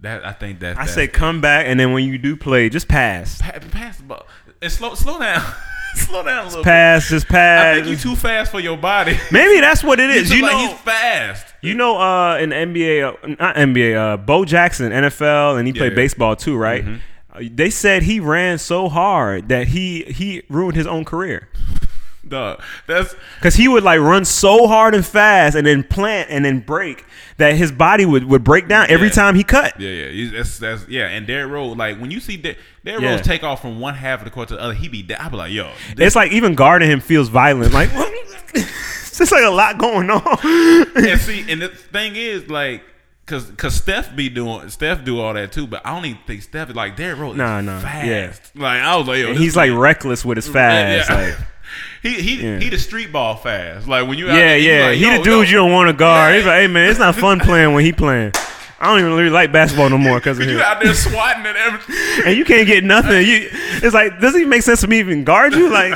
S7: that i think that
S6: I say come back, and then when you do play, just pass,
S7: Pa- pass the ball and slow slow down (laughs) slow down a little bit.
S6: pass, just
S7: I
S6: pass.
S7: think you too fast for your body.
S6: (laughs) Maybe that's what it is.
S7: you
S6: You know,
S7: like he's fast.
S6: You know, uh, in NBA, uh, not NBA, uh, Bo Jackson, NFL, and he played
S7: yeah. Mm-hmm.
S6: baseball too, right? Uh, They said he ran so hard that he he ruined his own career.
S7: Dog, that's
S6: Cause he would like run so hard and fast, and then plant, and then break that his body would, would break down every
S7: Yeah.
S6: time he cut.
S7: yeah, yeah. You- That's that's yeah. And Derrick Rose, like when you see Der- Derrick
S6: Yeah.
S7: Rose take off from one half of the court to the other, he be. da- I be like, yo,
S6: (laughs)
S7: this,
S6: It's like even guarding him feels violent. Like (laughs) it's just like a lot going on.
S7: and see, and the thing is, like, cause cause Steph be doing Steph do all that too, but I don't even think Steph like Derrick Rose.
S6: Nah,
S7: is
S6: nah,
S7: fast.
S6: yeah.
S7: Like I was like, yo,
S6: And
S7: this
S6: he's like reckless with his fast.
S7: Yeah, yeah.
S6: Like,
S7: (laughs) he he
S6: Yeah.
S7: he the street ball fast. Like when you out
S6: yeah,
S7: there, you
S6: yeah.
S7: like,
S6: he
S7: yo,
S6: the dude
S7: yo.
S6: you don't want to guard. He's
S7: Yeah.
S6: like, hey man, it's not fun playing when he playing. I don't even really like basketball no more because of
S7: Cause (laughs) you
S6: him.
S7: out there swatting at everything.
S6: (laughs) And you can't get nothing. You, it's like doesn't even make sense for me to even guard you.
S7: (laughs)
S6: Like,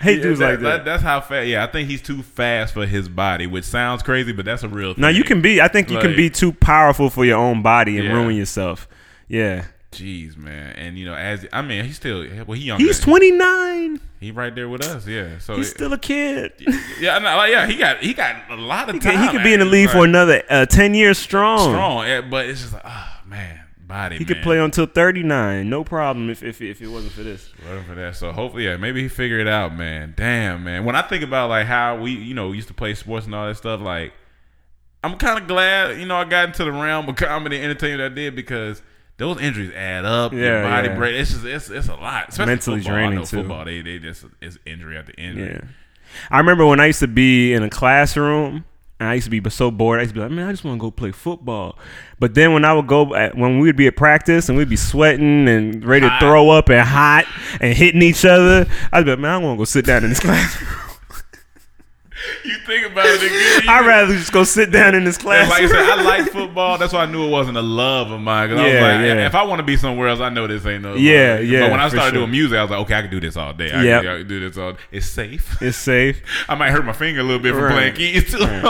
S6: hate
S7: Yeah,
S6: dudes
S7: that-
S6: like that.
S7: That's how fast. Yeah, I think he's too fast for his body, which sounds crazy, but that's a real. thing.
S6: Now you can be. I think you can
S7: Like-
S6: be too powerful for your own body and
S7: Yeah.
S6: ruin yourself. Yeah,
S7: Jeez, man, and you know, as I mean, he's still well, he young.
S6: he's twenty nine.
S7: He right there with us. Yeah. So
S6: He's
S7: it-
S6: still a kid.
S7: yeah, no, like, yeah. He got he got a lot of time.
S6: (laughs) he could be in the
S7: actually,
S6: league for
S7: like,
S6: another uh, ten years strong.
S7: strong, yeah, but it's just like, oh man, body.
S6: He could play until thirty nine, no problem. If, if if it wasn't for this,
S7: for that. So hopefully, yeah, maybe he figured it out, man. Damn, man. When I think about like how we, you know, used to play sports and all that stuff, like I'm kind of glad, you know, I got into the realm of comedy and entertainment I did because those injuries add up. your
S6: Yeah,
S7: body
S6: yeah.
S7: break. It's just it's, it's a lot. Especially
S6: Mentally
S7: football. I
S6: draining,
S7: know
S6: too.
S7: Football, they they just it's injury after injury.
S6: yeah. I remember when I used to be in a classroom. And I used to be so bored. I used to be like, man, I just want to go play football. But then when I would go, at- when we would be at practice and we'd be sweating and ready to throw up and hot and hitting each other, I'd be like, man, I want to go sit down
S7: (laughs)
S6: in this classroom.
S7: You think about
S6: (laughs)
S7: it again. you
S6: I'd rather just go sit down in this
S7: And like I
S6: classroom. (laughs)
S7: said, I like football. That's why I knew it wasn't a love of mine. 'Cause I was
S6: Yeah,
S7: like,
S6: yeah.
S7: if I want to be somewhere else, I know this ain't no.
S6: Yeah,
S7: love.
S6: yeah,
S7: But when I
S6: for
S7: started
S6: sure.
S7: doing music, I was like, okay, I can do this all day. I,
S6: Yep.
S7: can, I can do this all. It's safe. (laughs)
S6: it's safe.
S7: I might hurt my finger a little bit from
S6: Right.
S7: playing keys too long.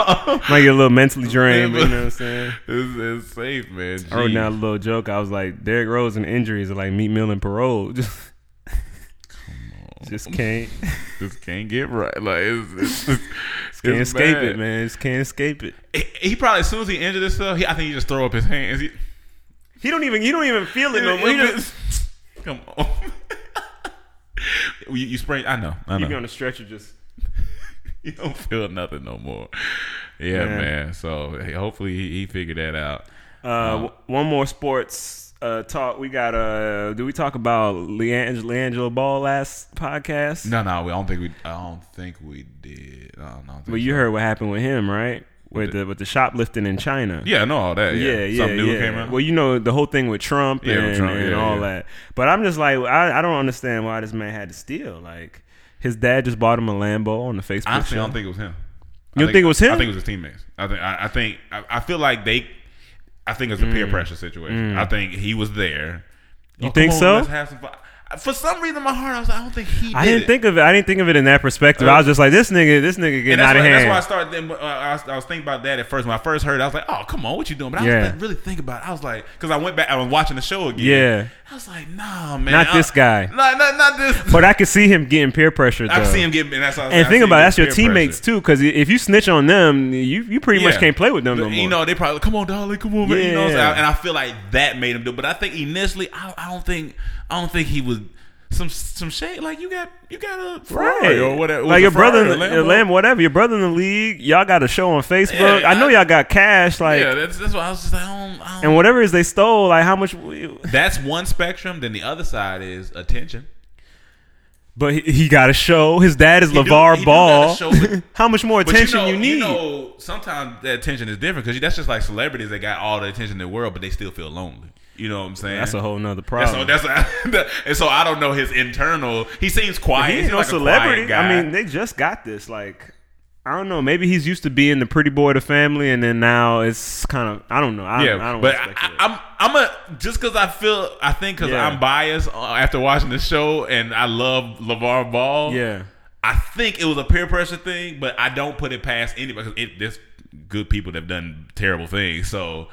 S6: Might get a little mentally drained, but you know (laughs) what I'm saying?
S7: It's- (laughs) It's, it's safe, man.
S6: I wrote
S7: Jeez.
S6: down a little joke. I was like, Derrick Rose and injuries are like meat meal and parole. (laughs) Just, just can't,
S7: This can't get right. Like it's,
S6: (laughs)
S7: it's, it's,
S6: can't
S7: it's
S6: escape
S7: bad.
S6: it, man. Just can't escape it.
S7: He, he probably as soon as he injured himself, he, I think he just throw up his hands. He,
S6: He don't even, he don't even feel
S7: (laughs)
S6: it no more. He
S7: It'll be- (laughs)
S6: just,
S7: Come on. you, you sprain. I know. I
S6: he
S7: know.
S6: be on the stretcher. Just
S7: (laughs) you don't feel nothing no more. Yeah,
S6: Man.
S7: man. So hey, hopefully he, he figured that out.
S6: uh, w- one more sports uh, talk. We got. Uh, do we talk about Leang- Leangelo Ball last podcast?
S7: No, no, we I don't think we. I don't think we did. I don't, I don't think
S6: Well, you
S7: so.
S6: heard what happened with him, right? With the with the shoplifting in China.
S7: Yeah, I know all that. Yeah,
S6: Yeah, yeah,
S7: Some dude
S6: yeah.
S7: came out.
S6: Well, you know the whole thing with Trump
S7: Yeah,
S6: and,
S7: with Trump,
S6: and
S7: yeah,
S6: all
S7: yeah.
S6: that. But I'm just like, I, I don't understand why this man had to steal. Like, his dad just bought him a Lambo on the Facebook
S7: Honestly, I
S6: show.
S7: don't think it was him.
S6: You
S7: I
S6: don't think it was him?
S7: I think it was his teammates. I think. I, I think. I, I feel like they. I think it's a
S6: Mm.
S7: peer pressure situation. I think he was there. You
S6: think so?
S7: Let's have some fun. For some reason, in my heart, I was like, I don't think he. Did
S6: I didn't
S7: it.
S6: think of it. I didn't think of it in that perspective. I was just like, this nigga, this nigga
S7: And
S6: getting
S7: that's,
S6: out of
S7: why, that's
S6: hand.
S7: why I started. Then, uh, I, was, I was thinking about that at first. When I first heard, it, I was like, "Oh, come on, what you doing?" But I
S6: Yeah.
S7: was like, really think about. it. I was like, because I went back. I was watching the show again.
S6: Yeah.
S7: I was like, "Nah, man,
S6: Not
S7: I-
S6: this guy.
S7: Not not, not this."
S6: but I could see him getting peer pressure. Though.
S7: I've seen him get. And, that's why I was
S6: And
S7: like, I
S6: think
S7: see
S6: about it,
S7: him
S6: that's your
S7: get peer
S6: teammates
S7: pressure.
S6: too, because if you snitch on them, you you pretty much
S7: Yeah.
S6: can't play with them no
S7: But,
S6: more.
S7: You know, they probably come on, darling, come on, man. You know what I'm
S6: Yeah.
S7: saying? And I feel like that made him do. it. But I think initially, I, I don't think, I don't think he was some some shade. Like you got you got a Ferrari or whatever.
S6: Like
S7: Was
S6: your
S7: it Ferrari
S6: brother, in
S7: or
S6: the,
S7: Lambo?
S6: your Lamb, whatever. Your brother in the league. Y'all got a show on Facebook.
S7: Yeah,
S6: I know
S7: I-
S6: y'all got cash. Like
S7: Yeah, that's, that's why I was just like, I don't, I don't
S6: and whatever it is they stole, like how much.
S7: That's one spectrum. Then the other side is attention.
S6: But he, he got a show. His dad is
S7: do-
S6: LeVar
S7: he do
S6: Ball.
S7: got a show, but-
S6: (laughs) how much more
S7: But
S6: attention
S7: know-
S6: you, need?
S7: You know, sometimes that attention is different because that's just like celebrities that got all the attention in the world, but they still feel lonely. You know what I'm saying?
S6: that's a whole nother
S7: That's,
S6: problem.
S7: so, that's (laughs) and so I don't know his internal. He seems quiet.
S6: he
S7: He
S6: ain't
S7: seems
S6: no
S7: like a
S6: celebrity.
S7: quiet guy.
S6: I mean, they just got this. Like, I don't know. Maybe he's used to being the pretty boy of the family, and then now it's kind of. I don't know. I,
S7: yeah,
S6: I don't.
S7: but
S6: wanna
S7: I,
S6: speculate.
S7: I'm I'm a just because I feel I think because
S6: Yeah.
S7: I'm biased uh, after watching the show and I love LeVar Ball.
S6: yeah.
S7: I think it was a peer pressure thing, but I don't put it past anybody. 'cause It, there's good people that have done terrible things, so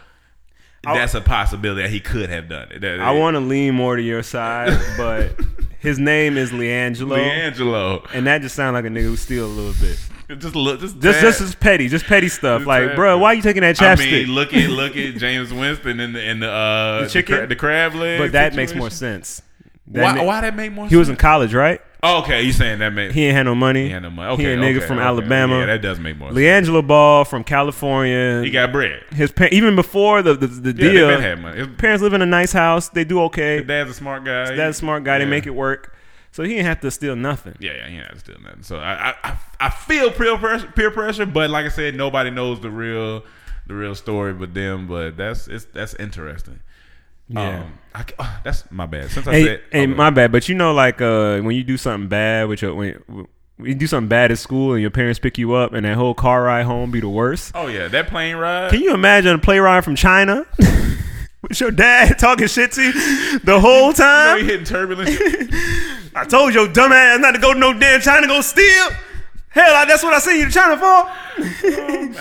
S7: that's a possibility that he could have done it. That-
S6: I want to lean more to your side,
S7: (laughs)
S6: but his name is Leangelo,
S7: D'Angelo. (laughs)
S6: and that just sounds like a nigga who steal a little bit.
S7: Just look, just
S6: Just,
S7: that-
S6: just as petty, just petty stuff.
S7: Just
S6: like,
S7: that.
S6: bro, why you taking that
S7: I
S6: chapstick?
S7: mean, look at look at James Winston and the and the uh,
S6: The chicken?
S7: cra- the crab leg.
S6: But that makes more
S7: situation.
S6: sense. That
S7: Why,
S6: ma-
S7: why that make more?
S6: He was in
S7: sense?
S6: college, right?
S7: Okay, you saying that man?
S6: He ain't had no money.
S7: He had no money. Okay,
S6: he a nigga
S7: okay,
S6: from
S7: okay.
S6: Alabama.
S7: Yeah, that does make more sense.
S6: Leangelo Ball from California.
S7: He got bread.
S6: his pa- even before the the, the
S7: Yeah,
S6: deal.
S7: they been had money. His
S6: Parents live in a nice house. They do okay.
S7: dad's a smart guy.
S6: Dad's a smart guy. They
S7: Yeah.
S6: make it work. So he didn't have to steal nothing.
S7: Yeah, yeah, he ain't not stealing nothing. So I, I, I, I feel peer pressure, peer pressure, but like I said, nobody knows the real, the real story but them. But that's it's that's interesting.
S6: Yeah.
S7: um, I, ca- ah, that's my bad. Since I
S6: Hey,
S7: said,
S6: hey,
S7: okay.
S6: my bad. But you know, like uh, when you do something bad with your when, when you do something bad at school and your parents pick you up and that whole car ride home be the worst.
S7: oh yeah, that plane ride.
S6: Can you imagine a play ride from China (laughs) with your dad talking shit to you the
S7: (laughs)
S6: whole
S7: know
S6: time?
S7: he hitting turbulence.
S6: I told your dumb ass not to go to no damn China go steal. Hell, I, that's what I sent you to China for.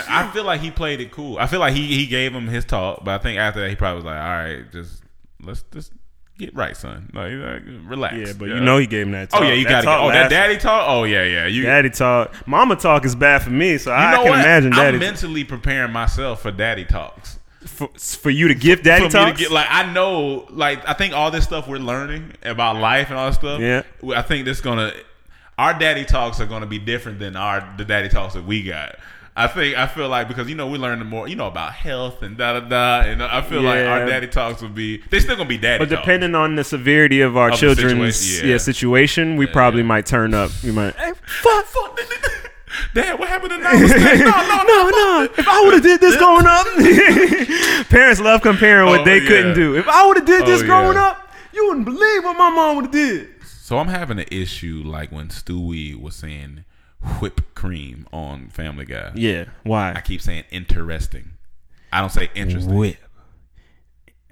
S7: I feel like he played it cool. I feel like he he gave him his talk, but I think after that he probably was like, all right, just let's just get right, son. Like, like, relax.
S6: yeah, but you know he gave him that. Talk.
S7: Oh yeah, you got to.
S6: talk
S7: Oh, that
S6: lasted.
S7: daddy talk. Oh yeah, yeah. You
S6: daddy talk. Mama talk is bad for me, so
S7: You
S6: I
S7: know
S6: can
S7: what?
S6: imagine daddy
S7: I'm mentally preparing myself for daddy talks.
S6: for, for you to give daddy
S7: For me
S6: talks.
S7: to get like I know like I think all this stuff we're learning about life and all this stuff.
S6: Yeah.
S7: I think this gonna our daddy talks are gonna be different than our the daddy talks that we got. I think I feel like because you know we're learning more you know about health and da da da and I feel like
S6: Yeah.
S7: our daddy talks will be they still gonna be daddy.
S6: but
S7: talks.
S6: depending on the severity of our
S7: Of the
S6: children's
S7: situation,
S6: yeah.
S7: yeah.
S6: situation, we probably might turn up. We might.
S7: fuck, fuck, (laughs) Dad, what happened to nine
S6: (laughs)
S7: mistakes? (laughs) No, no, no.
S6: no, no. If I would have did this growing up, (laughs) parents love comparing what
S7: Oh,
S6: they
S7: yeah.
S6: couldn't do. If I would have did this
S7: Oh,
S6: growing
S7: yeah.
S6: up, you wouldn't believe what my mom would have did.
S7: So I'm having an issue like when Stewie was saying whipped cream on Family Guy.
S6: Yeah.
S7: I
S6: Why?
S7: keep saying interesting. I don't say interesting.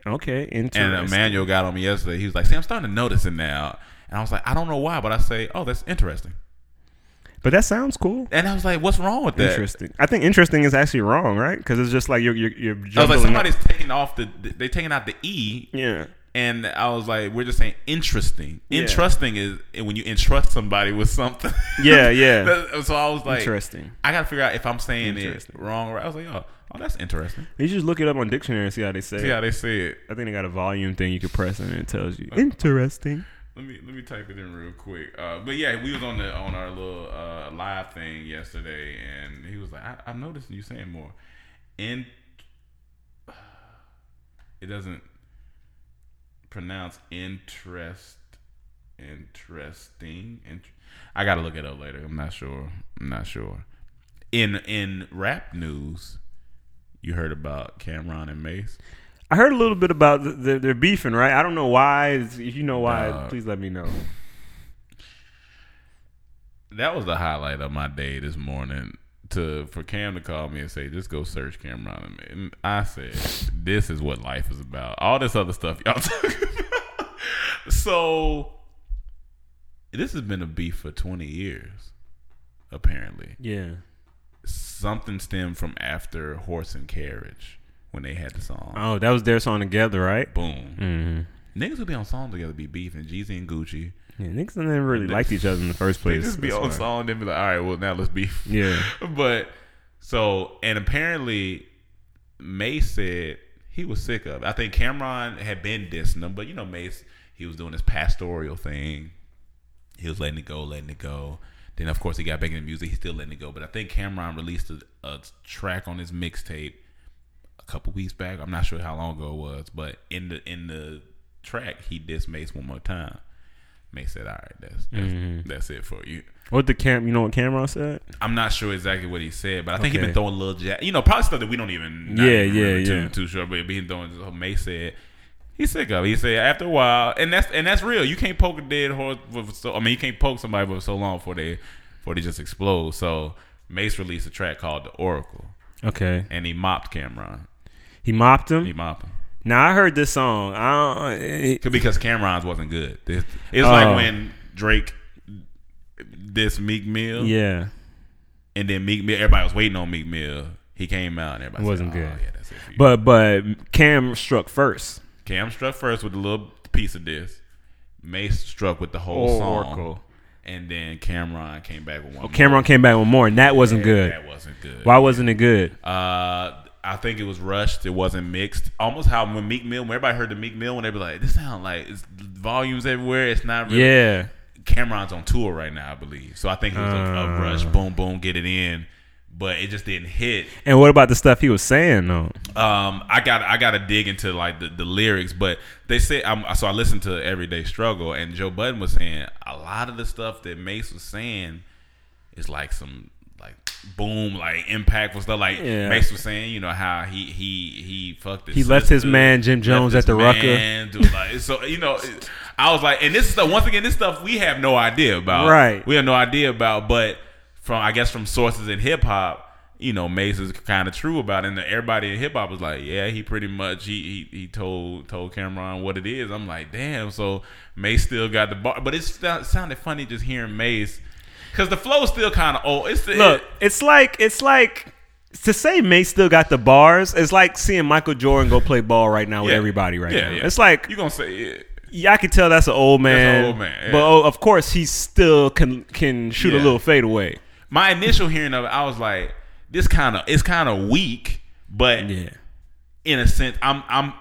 S6: Okay. Interesting.
S7: And uh, Emmanuel got on me yesterday. He was like, "See, I'm starting to notice it now." And I was like, "I don't know why, but I say, oh, that's interesting."
S6: but that sounds cool.
S7: And I was like, "What's wrong with that?"
S6: Interesting. I think interesting is actually wrong, right? Because it's just like you're you're, you're
S7: I was like,
S6: jumbling up-
S7: Oh, "Somebody's taking off the they taking out the e."
S6: Yeah.
S7: And I was like, "We're just saying interesting.
S6: Yeah.
S7: Interesting is when you entrust somebody with something." (laughs)
S6: Yeah, yeah.
S7: That- so I was like,
S6: Interesting.
S7: I gotta figure out if I'm saying it
S6: Interesting.
S7: wrong. Or I was like, "Oh, oh, that's interesting."
S6: You just look it up on dictionary and see how they say.
S7: See
S6: it.
S7: how they say it.
S6: I think they got a volume thing you could press and it tells you. Interesting.
S7: Let me let me type it in real quick. Uh, but yeah, we was on the on our little uh, live thing yesterday, and he was like, I, "I'm noticing you saying more," and (sighs) it doesn't pronounce interest interesting. Int- I gotta look it up later. I'm not sure. I'm not sure. In in rap news, you heard about Cameron and Mace.
S6: I heard a little bit about th the, their beefing, right? I don't know why. If you know why,
S7: Dog.
S6: please let me know.
S7: that was the highlight of my day this morning. To for Cam to call me and say, just go search Cameron. And and I said, this is what life is about. All this other stuff y'all (laughs) talking about. So this has been a beef for twenty years, apparently.
S6: Yeah.
S7: Something stemmed from after Horse and Carriage when they had the song.
S6: Oh, that was their song together, right?
S7: Boom. Niggas would be on song together, be beefing. Jeezy and Gucci.
S6: Yeah, niggas never really liked each other in the first
S7: They
S6: place.
S7: just be
S6: That's
S7: on
S6: why.
S7: song and be like, all right, well now let's beef.
S6: Yeah.
S7: (laughs) but so and apparently May said he was sick of it. I think Cameron had been dissing him, but you know Mace he was doing his pastoral thing. He was letting it go, letting it go. Then of course he got back into music. He's still letting it go, but I think Cameron released a, a track on his mixtape a couple weeks back. I'm not sure how long ago it was, but in the in the track he dissed Mace one more time. Mace said, "All right, that's that's, that's it for you."
S6: What the cam? You know what Cameron said?
S7: I'm not sure exactly what he said, but I think
S6: Okay.
S7: he's been throwing little jab. You know, probably stuff that we don't even not
S6: Yeah,
S7: even
S6: yeah,
S7: really
S6: yeah.
S7: Too, too sure, but being throwing. So May said he's sick of. it. He said after a while, and that's and that's real. You can't poke a dead horse. With so, I mean, you can't poke somebody for so long before they before they just explode. So Mace released a track called "The Oracle,"
S6: Okay.
S7: and he mopped Cameron.
S6: He mopped him.
S7: He mopped him
S6: now I heard this song. I don't, eh, it,
S7: C- because Cameron's wasn't good. It's, it's
S6: Oh.
S7: like when Drake this Meek Mill,
S6: yeah.
S7: and then Meek Mill. Everybody was waiting on Meek Mill. He came out and everybody said,
S6: Wasn't
S7: "Oh,
S6: good."
S7: Yeah, that's it for you.
S6: But but Cam struck first.
S7: Cam struck first with a little piece of this. Mace struck with the whole song.
S6: Oh, Oracle. Oh,
S7: And then Cameron came back with one. more.
S6: Cameron came back with more, and that wasn't good.
S7: That wasn't good.
S6: Why wasn't it good?
S7: Uh, I think it was rushed. It wasn't mixed. Almost how when Meek Mill, when everybody heard the Meek Mill, when they be like, "This sound like it's volumes everywhere." It's not really.
S6: yeah.
S7: Cameron's on tour right now, I believe. So I think it was
S6: Uh.
S7: a, a rush, boom, boom, get it in. But it just didn't hit.
S6: And what about the stuff he was saying though?
S7: Um, I got I got to dig into like the, the lyrics, but they said i so. I listened to Everyday Struggle, and Joe Budden was saying a lot of the stuff that Mace was saying is like some like boom, like impactful stuff. Like
S6: Yeah.
S7: Mace was saying, you know how he he he fucked.
S6: He left his man, Jim Jones, at the Rucker.
S7: Rucker. Like, (laughs) so you know, it- I was like, and this stuff once again, this stuff we have no idea about.
S6: Right.
S7: we have no idea about, but from I guess from sources in hip hop, you know, Mace is kind of true about, it. and everybody in hip hop was like, yeah, he pretty much he, he he told told Cameron what it is. I'm like, damn. So Mace still got the bar, but it st- sounded funny just hearing Mace because the flow's still kind of old. It's
S6: Look, it's like it's like to say Mace still got the bars. It's like seeing Michael Jordan go play ball right now with
S7: Yeah.
S6: everybody right
S7: Yeah,
S6: now.
S7: yeah.
S6: It's like
S7: you gonna say it.
S6: yeah, I can tell that's an old man.
S7: old man, yeah.
S6: But oh, of course, he still can can shoot
S7: Yeah.
S6: a little fadeaway.
S7: my initial hearing of it, I was like, this kind of it's kind of weak, but
S6: Yeah.
S7: in a sense, I'm I'm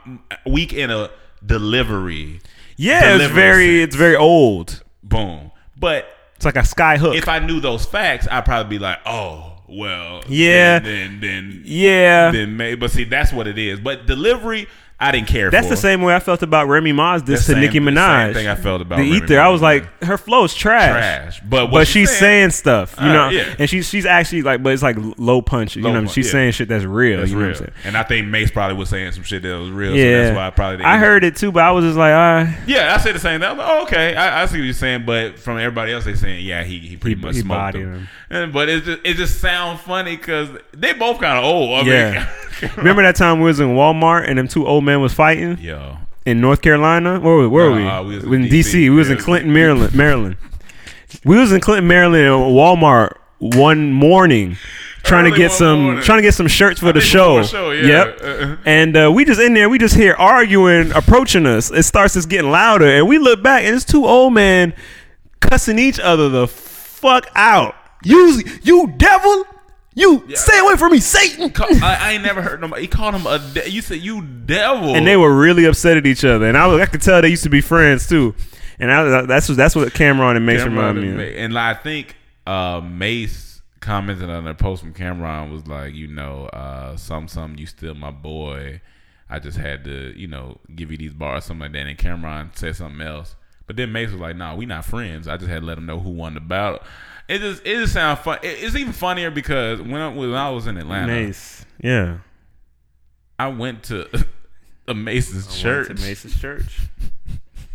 S7: weak in a delivery.
S6: Yeah, it's
S7: Delivery
S6: very
S7: sense.
S6: it's very old.
S7: Boom. But
S6: It's like a sky hook.
S7: if I knew those facts, I'd probably be like, oh, well,
S6: Yeah.
S7: then then then,
S6: yeah.
S7: then maybe. But see, that's what it is. But delivery, I didn't care.
S6: That's
S7: for.
S6: the same way I felt about Remy Ma's this
S7: The
S6: to
S7: same-
S6: Nicki
S7: the same
S6: Minaj.
S7: thing I felt about
S6: the
S7: Remy
S6: ether. I
S7: Ma.
S6: was like, her flow is trash.
S7: trash. But what
S6: but she's saying, stuff, you
S7: Uh,
S6: know,
S7: yeah.
S6: and she's she's actually like, but it's like low punch, you know. what I mean?
S7: punch,
S6: She's
S7: yeah.
S6: saying shit that's real,
S7: that's
S6: you know
S7: real.
S6: what I'm saying?
S7: And I think Mace probably was saying some shit that was real.
S6: yeah,
S7: So that's why I probably didn't
S6: I heard it too, but I was just like, all
S7: (laughs)
S6: right.
S7: Yeah, I said the same thing. I'm like, oh, okay, I, I see what you're saying, but from everybody else, they saying, yeah, he, he pretty
S6: He-
S7: much
S6: he
S7: smoked
S6: bodied
S7: him.
S6: him.
S7: And- but it just it just sounds funny because they both kind of old. I mean,
S6: Yeah. Remember that time we was in Walmart and them two old men was fighting
S7: (laughs) yo,
S6: in North Carolina? Where were, where were
S7: Uh,
S6: we?
S7: we was in
S6: in DC.
S7: DC.
S6: We was
S7: Yeah.
S6: in Clinton, Maryland. Maryland. We was in Clinton, Maryland, at Walmart one morning, trying
S7: Early
S6: to get
S7: one
S6: some
S7: morning.
S6: trying to get some shirts for the
S7: think
S6: show.
S7: before the show, yeah. Uh-uh.
S6: Yep. and uh, we just in there. We just hear arguing approaching us. It starts just getting louder, and we look back, and it's two old men cussing each other the fuck out. You, you devil! You stay away from me, Satan!
S7: Ca- I, I ain't never heard nobody. He called him a. De- you said you devil,
S6: and they were really upset at each other. And I, was, I could tell they used to be friends too. And I, that's what- that's what Cameron and Mace
S7: Cameron
S6: remind me.
S7: and
S6: of.
S7: Ma- And I think uh, Mace commented on a post from Cameron was like, you know, uh, some some you still my boy. I just had to, you know, give you these bars, something like that. And Cameron said something else. But then Mace was like, nah, we not friends. I just had to let him know who won the battle. It just it just sounds fun. It, it's even funnier because when I, when I was in Atlanta,
S6: Mace, yeah,
S7: I went to (laughs) a Mace's church.
S6: Mace's church.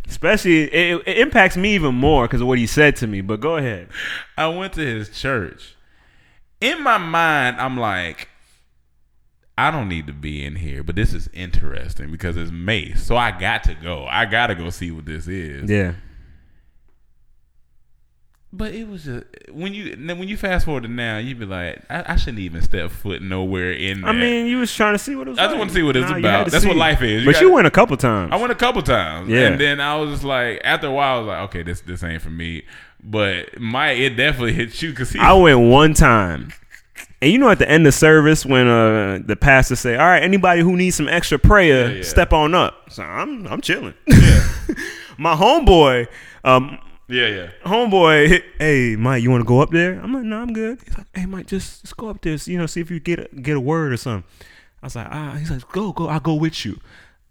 S6: Especially, it, it impacts me even more because of what he said to me. But go ahead.
S7: I went to his church. In my mind, I'm like, I don't need to be in here, but this is interesting because it's Mace. So I got to go. I got to go see what this is.
S6: Yeah,
S7: But it was just when you now, when you fast forward to now, you'd be like, I, I shouldn't even step foot nowhere in. That.
S6: I mean, you was trying to see what it was.
S7: I just
S6: like.
S7: wanna see what it's
S6: you
S7: about.
S6: had to
S7: That's what life is. You
S6: but
S7: gotta-
S6: you went a couple times.
S7: I went a couple times,
S6: Yeah.
S7: and then I was just like, after a while, I was like, okay, this this ain't for me. But my it definitely hit you because
S6: (laughs)
S7: he.
S6: I went one time. And you know, at the end of service, when uh, the pastor say, "All right, anybody who needs some extra prayer,
S7: yeah.
S6: step on up." So I'm I'm
S7: (laughs)
S6: chilling. (laughs) My homeboy, um,
S7: yeah, yeah.
S6: homeboy, hey Mike, you want to go up there? I'm like, no, I'm good. He's like, hey Mike, just, just go up there, you know, see if you get a, get a word or something. I was like, ah, he's like, go, go, I'll go with you.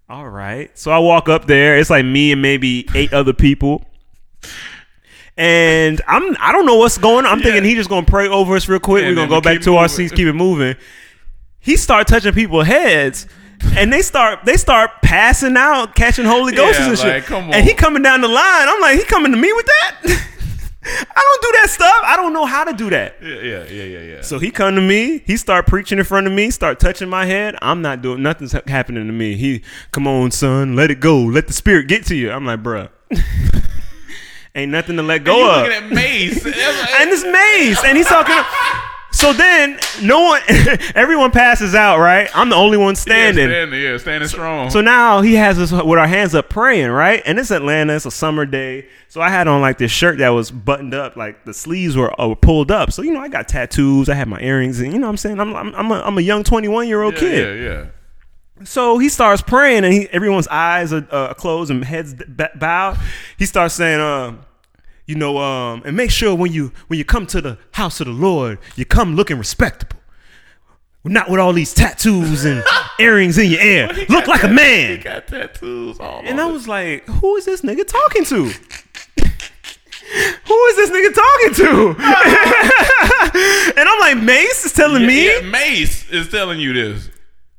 S6: All right, so I walk up there. It's like me and maybe eight other people. And I'm I don't know what's going on. I'm thinking he just gonna pray over us real quick.
S7: And
S6: We're gonna
S7: then
S6: go
S7: we
S6: back
S7: keep
S6: to our
S7: moving.
S6: seats, keep it moving. He start touching people's heads, and they start they start passing out, catching Holy Ghosts
S7: Yeah,
S6: and shit.
S7: like, come
S6: And he
S7: on.
S6: coming down the line. I'm like, he coming to me with that? (laughs) I don't do that stuff. I don't know how to do that.
S7: Yeah, yeah, yeah, yeah, yeah.
S6: So he come to me. He start preaching in front of me. Start touching my head. I'm not doing nothing's ha- happening to me. He come on, son, let it go. Let the spirit get to you. I'm like, bruh, (laughs) ain't nothing to let
S7: you
S6: go of
S7: looking
S6: (laughs)
S7: at Mace,
S6: uh, and it's Maze, and he's talking. so then, no one, (laughs) everyone passes out, right? I'm the only one standing.
S7: Yeah, standing, yeah, standing strong.
S6: So now he has us with our hands up praying, right? And it's Atlanta, it's a summer day. So I had on like this shirt that was buttoned up, like the sleeves were, uh, were pulled up. So, you know, I got tattoos, I had my earrings, and you know what I'm saying? I'm, I'm, I'm, a, I'm a young 21 year old
S7: yeah,
S6: kid.
S7: yeah, yeah.
S6: So he starts praying, and he, everyone's eyes are uh, closed and heads b- bowed. He starts saying, uh, you know, um, and make sure when you when you come to the house of the Lord, you come looking respectable. Not with all these tattoos
S7: (laughs)
S6: and earrings in your ear. Look like a man.
S7: He got tattoos all
S6: And
S7: over.
S6: I was like, who is this nigga talking to? (laughs) who is this nigga talking
S7: (laughs)
S6: to? (laughs) and I'm like, Mace is telling me.
S7: Yeah, Mace is telling you this.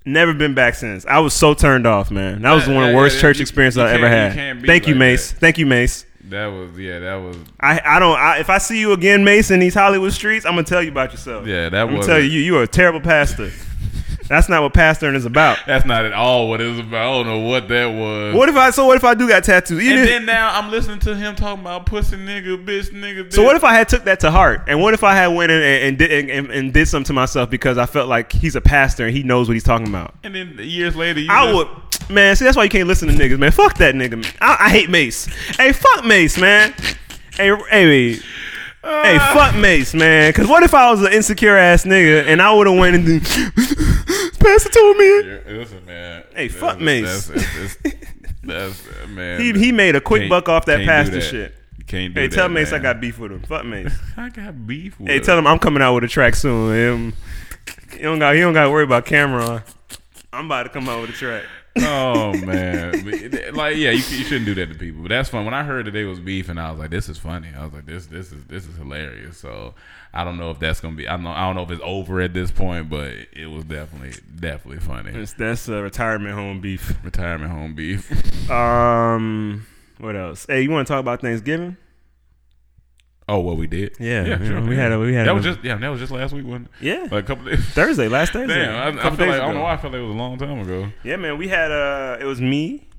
S6: Never been back since. I was so turned off, man. That was
S7: Yeah,
S6: one of the
S7: yeah,
S6: worst
S7: yeah,
S6: church
S7: you-
S6: experiences
S7: you
S6: I ever
S7: can't- you
S6: had.
S7: can't be
S6: Thank you,
S7: like
S6: Mace. Thank you, Mace.
S7: That was yeah, that was
S6: I, I don't. I, if I see you again, Mace, in these Hollywood streets, I'm gonna tell you about yourself.
S7: Yeah, that
S6: I'm gonna
S7: was-
S6: tell you, you you are a terrible pastor. That's not what pastoring is
S7: (laughs)
S6: about.
S7: that's not at all what it was about. I don't know what that was.
S6: What if I? So what if I do got tattoos? Even
S7: And
S6: if-
S7: then now I'm listening to him talking about pussy nigga, bitch nigga.
S6: So what if I had took that to heart? And what if I had went in and, and did and, and, and did something to myself because I felt like he's a pastor and he knows what he's talking about?
S7: And then years later, you
S6: I
S7: just-
S6: would, man. See, that's why you can't listen to niggas, man. Fuck that nigga. Man. I, I hate Mace. Hey, fuck Mace, man. Hey, hey, hey,
S7: "Ah."
S6: hey, fuck Mace, man. Cause what if I was an insecure ass nigga and I would have went and (laughs) did- pastor told me
S7: Yeah, Listen, man.
S6: Hey,
S7: That's-
S6: fuck Mace.
S7: That's, it's- it's-
S6: (laughs)
S7: that's- man.
S6: he he made a quick
S7: Can't-
S6: buck off that
S7: can't do
S6: pastor
S7: that.
S6: shit.
S7: You can't do
S6: Hey,
S7: that,
S6: tell Mace
S7: man.
S6: I got beef with him. Fuck
S7: (laughs)
S6: Mace.
S7: I got beef. With
S6: Hey, tell him I'm coming out with a track soon. Him, he don't got he don't got to worry about Cameron. I'm about to come out with a track.
S7: Oh man, (laughs) But, like yeah, you, you shouldn't do that to people. But that's fun. When I heard that they was beefing, I was like, this is funny. I was like, this this is this is hilarious. So I don't know if that's gonna be. I don't know. I don't know if it's over at this point, but it was definitely definitely funny.
S6: That's, that's uh, retirement home beef.
S7: Retirement home beef.
S6: Um, what else? Hey, you want to talk about Thanksgiving?
S7: (laughs) Oh, what we did?
S6: Yeah, yeah, we had a- we had
S7: that
S6: a-
S7: was just yeah, that was just last week, wasn't it?
S6: Yeah.
S7: like a couple days. (laughs)
S6: Thursday, last Thursday.
S7: Damn, I, I
S6: Couple
S7: feel
S6: days
S7: like I don't
S6: ago.
S7: know why I felt like it was a long time ago.
S6: Yeah, man, we had uh, it was me,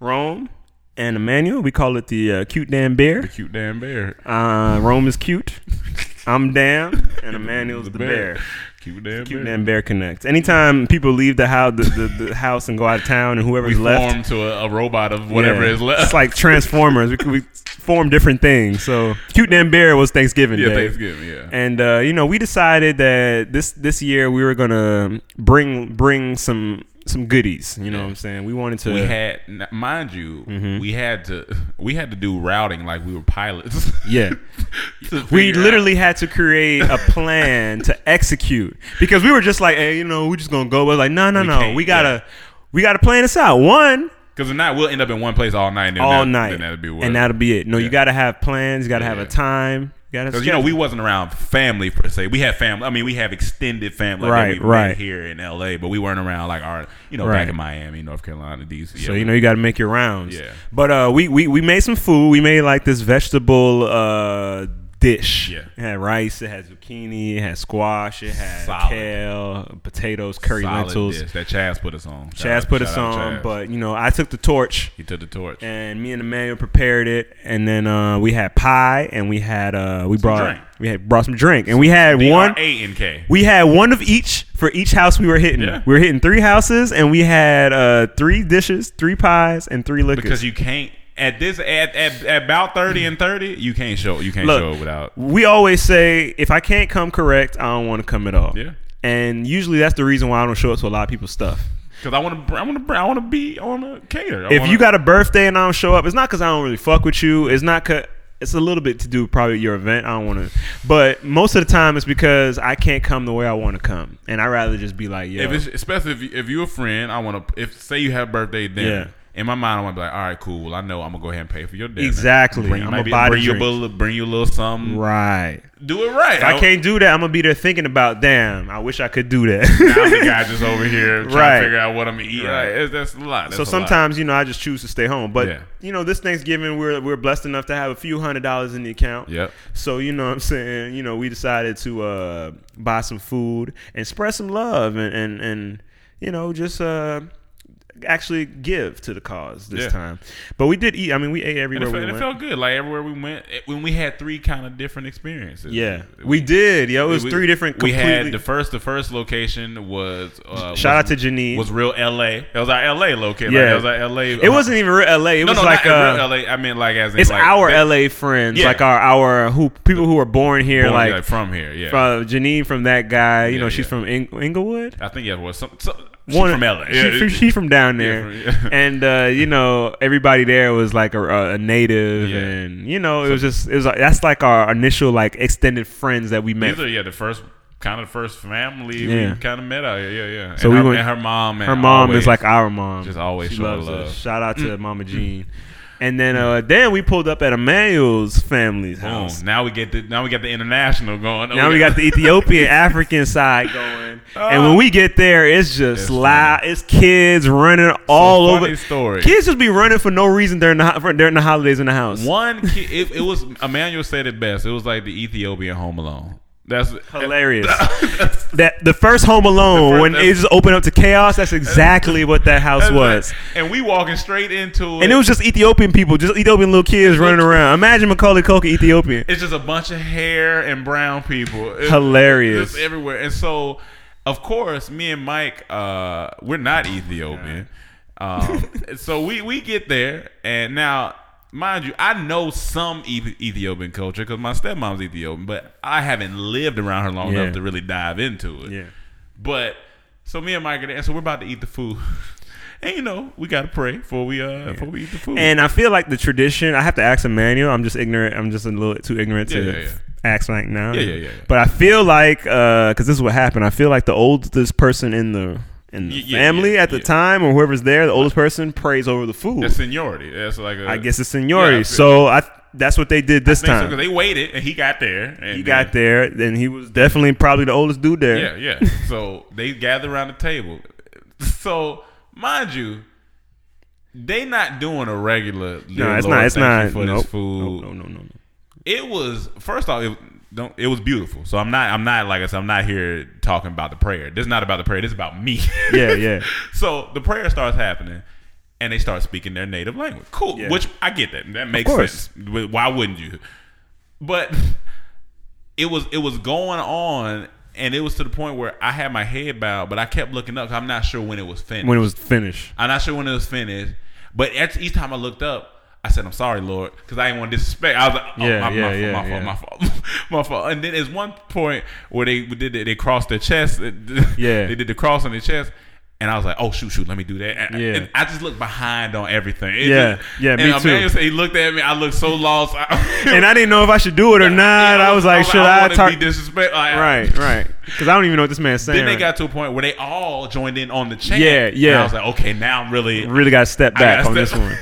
S6: Rome, and Emmanuel. We call it the uh, cute damn bear.
S7: Cute damn bear.
S6: Uh, Rome is cute. I'm
S7: (laughs)
S6: damn, and Emmanuel's the, bear.
S7: Cute damn
S6: Cute
S7: bear.
S6: damn bear connect. Anytime people leave the house, the, the, the house and go out of town, and whoever's left,
S7: Formed to a, a robot of whatever
S6: Yeah.
S7: is left.
S6: It's like Transformers. we, could- we form different things. So cute damn bear was Thanksgiving
S7: yeah,
S6: Day.
S7: Thanksgiving. Yeah.
S6: And uh, you know, we decided that this this year we were gonna bring bring some some goodies. You know what I'm saying? We wanted to.
S7: we had, n- mind you,
S6: Mm-hmm.
S7: we had to (laughs) we had to do routing like we were pilots. (laughs)
S6: yeah.
S7: To
S6: We
S7: figure out-
S6: literally had to create a plan to
S7: (laughs)
S6: execute because we were just like, hey, you know, we're just gonna go. We're like, no, no, no,
S7: can't,
S6: we gotta, we gotta plan this out. One,
S7: Because if not, we'll end up in one place all night. And then
S6: all
S7: that-
S6: night,
S7: Then that'd be
S6: and that'll be it. No, you
S7: Yeah.
S6: gotta have plans. You gotta have
S7: Yeah.
S6: a time. You gotta.
S7: Because you know
S6: schedule.
S7: we wasn't around family per se. We had family. I mean, we have extended family. Like
S6: Right,
S7: that we
S6: right.
S7: Met here in L.A., but we weren't around like our, you know,
S6: Right.
S7: back in Miami, North Carolina, D.C.
S6: So
S7: Yeah,
S6: you know you got to make your rounds.
S7: Yeah.
S6: But uh, we, we we made some food. We made like this vegetable uh, dish.
S7: Yeah.
S6: It had rice. It had zucchini. It had squash. It had
S7: Solid.
S6: kale, potatoes, curry
S7: solid
S6: lentils.
S7: dish. That Chaz put us on. Shout
S6: Chaz
S7: out-
S6: put us
S7: shout out
S6: on,
S7: Chaz.
S6: but you know I took the torch,
S7: he took the torch.
S6: and me and Emmanuel prepared it, and then uh, we had pie, and we had uh, we brought
S7: drink.
S6: we had brought some drink, and we had one
S7: A and K.
S6: we had one of each for each house we were hitting.
S7: Yeah.
S6: We were hitting three houses, and we had uh, three dishes, three pies, and three liquors.
S7: Because you can't at this at, at, at about thirty and thirty, you can't show you can't show
S6: Look,
S7: it without.
S6: we always say if I can't come correct, I don't want to come at all.
S7: Yeah.
S6: And usually that's the reason why I don't show up to a lot of people's stuff.
S7: Because I want to I want to I want to be on a cater. I
S6: If
S7: wanna-
S6: you got a birthday and I don't show up, it's not because I don't really fuck with you. It's not cause it's a little bit to do with probably your event. I don't want to, but most of the time it's because I can't come the way I want to come, and I would rather just be like, yo,
S7: if it's, especially if you, if you're a friend, I want to if say you have birthday dinner.
S6: Yeah.
S7: In my mind, I want to be like, all right, cool. Well, I know I'm gonna go ahead and pay for your dinner.
S6: Exactly.
S7: Bring,
S6: I'ma
S7: maybe
S6: buy the
S7: bring you a
S6: drinks.
S7: little, bring you a little something.
S6: right.
S7: Do it right.
S6: If I can't do that, I'm gonna be there thinking about, damn, I wish I could do that.
S7: I'm
S6: (laughs)
S7: the guy just over here trying
S6: Right.
S7: to figure out what I'm eating.
S6: Right.
S7: that's a lot. That's
S6: so
S7: a lot.
S6: sometimes you know I just choose to stay home. But
S7: Yeah.
S6: you know this Thanksgiving we're we're blessed enough to have a few hundred dollars in the account.
S7: Yep.
S6: So you know what I'm saying you know we decided to uh, buy some food and spread some love and and, and you know just. Uh, actually give to the cause this
S7: Yeah.
S6: time but we did eat i mean we ate
S7: And
S6: everywhere
S7: it,
S6: we
S7: felt,
S6: went
S7: it felt good. Like everywhere we went, it- when we had three kind of different experiences.
S6: yeah we did yo it was
S7: We-
S6: three different
S7: We had
S6: completely-
S7: the first. The first location was uh,
S6: shout out
S7: was-
S6: to janine
S7: was real L.A. That was our L.a. location. Yeah,
S6: Yeah.
S7: that was our L.a.
S6: it wasn't even real la it
S7: No,
S6: was
S7: no,
S6: like
S7: like
S6: uh,
S7: real L.a. I meant like as in
S6: it's
S7: like
S6: our
S7: they-
S6: LA friends,
S7: Yeah.
S6: like our our who people who are born here,
S7: born,
S6: like,
S7: like, from here. Yeah,
S6: from Janine from that guy. You
S7: Yeah,
S6: know, she's
S7: yeah.
S6: from Ing- Inglewood.
S7: I think yeah. Well, some, some
S6: one
S7: from LA.
S6: She,
S7: Yeah.
S6: from, she from down there,
S7: Yeah, from- yeah. (laughs)
S6: and uh, you know everybody there was like a, a native,
S7: Yeah.
S6: and you know it was just it was like, that's like our initial like extended friends that we met.
S7: These are yeah the first kind of the first family
S6: Yeah.
S7: we kind of met out here. Yeah, yeah.
S6: So
S7: and
S6: we
S7: her,
S6: went-
S7: and her mom. And
S6: her mom
S7: always-
S6: is like our mom.
S7: just always
S6: she
S7: showed
S6: loves
S7: love. Mm.
S6: us. Shout out to Mama Jean. And then uh, then we pulled up at Emmanuel's family's
S7: Boom.
S6: house.
S7: Now we get the now we got the international going.
S6: Oh, Now we got the
S7: (laughs)
S6: Ethiopian African side going. and
S7: Oh.
S6: when we get there, it's just loud. It's kids running all
S7: funny
S6: over.
S7: story.
S6: Kids just be running for no reason during the ho- for- during the holidays in the house.
S7: one. Kid, it, it was Emmanuel said it best. It was like the Ethiopian Home Alone. That's (laughs)
S6: Hilarious. that the first Home Alone
S7: first-
S6: when it just opened up to chaos. That's exactly what that house
S7: that's
S6: was.
S7: like- and we walking straight into it.
S6: And it was just Ethiopian people, just Ethiopian little kids running around. Imagine Macaulay Culkin Ethiopian.
S7: It's just a bunch of hair and brown people. It's-
S6: Hilarious.
S7: It's everywhere. And so, of course, me and Mike, uh, we're not Ethiopian. Um, (laughs) so we, we get there, and now, mind you, I know some Eth- Ethiopian culture because my stepmom's Ethiopian, but I haven't lived around her long
S6: Yeah.
S7: enough to really dive into it.
S6: Yeah.
S7: But so me and Mike are there, and so we're about to eat the food. (laughs) And you know we gotta pray before we uh before we eat the food.
S6: And I feel like the tradition. I have to ask Emmanuel. I'm just ignorant. I'm just a little too ignorant to
S7: Yeah, yeah, yeah.
S6: ask right now.
S7: Yeah, yeah, yeah, yeah.
S6: But I feel like because this is what happened. I feel like the oldest person in the in the
S7: Y- yeah,
S6: family
S7: yeah,
S6: at the
S7: yeah.
S6: time, or whoever's there, the oldest person prays over the food.
S7: that's seniority. That's like a,
S6: I guess it's seniority.
S7: Yeah, I feel-
S6: so I that's what they did this
S7: think so,
S6: time.
S7: 'cause they waited and he got there. And
S6: he got there, and he was definitely probably the oldest dude there.
S7: Yeah,
S6: (laughs)
S7: yeah. so they gather around the table. So mind you, they not doing a regular.
S6: No, it's not. It's not.
S7: for
S6: nope.
S7: this food.
S6: No, no, no, no.
S7: It was first off. It, don't, it was beautiful. So I'm not. I'm not like I said. I'm not here talking about the prayer. This is not about the prayer. This is about me. (laughs)
S6: Yeah, yeah.
S7: So the prayer starts happening, and they start speaking their native language. Cool.
S6: Yeah.
S7: Which I get that. That makes
S6: course.
S7: sense. Wh- Why wouldn't you? But it was it was going on, and it was to the point where I had my head bowed, but I kept looking up. 'cause I'm not sure when it was finished.
S6: When it was finished.
S7: I'm not sure when it was finished. But at, each time I looked up, I said, "I'm sorry, Lord," because I didn't want to disrespect. I was like, "Oh,
S6: Yeah,
S7: my,
S6: yeah,
S7: my,
S6: yeah,
S7: fault, my
S6: yeah.
S7: fault, my fault, (laughs) my fault." And then there's one point where they did they, they crossed their chest. (laughs)
S6: Yeah.
S7: they did the cross on their chest. And I was like, "Oh shoot, shoot, let me do that." And,
S6: Yeah.
S7: and I just looked behind on everything. It
S6: Yeah,
S7: just-
S6: yeah,
S7: And
S6: me too.
S7: Emmanuel said he looked at me. I looked so lost. (laughs)
S6: And I didn't know if I should do it or not. I was like, should I
S7: want to
S6: talk?
S7: be disrespectful? Like,
S6: (laughs) Right, right. Because I don't even know what this man's saying.
S7: (laughs) Then they
S6: right
S7: got to a point where they all joined in on the chant.
S6: Yeah, yeah.
S7: And I was like, "Okay, now I'm really,
S6: now. really got to step back
S7: (laughs) gotta
S6: on this
S7: step-
S6: one.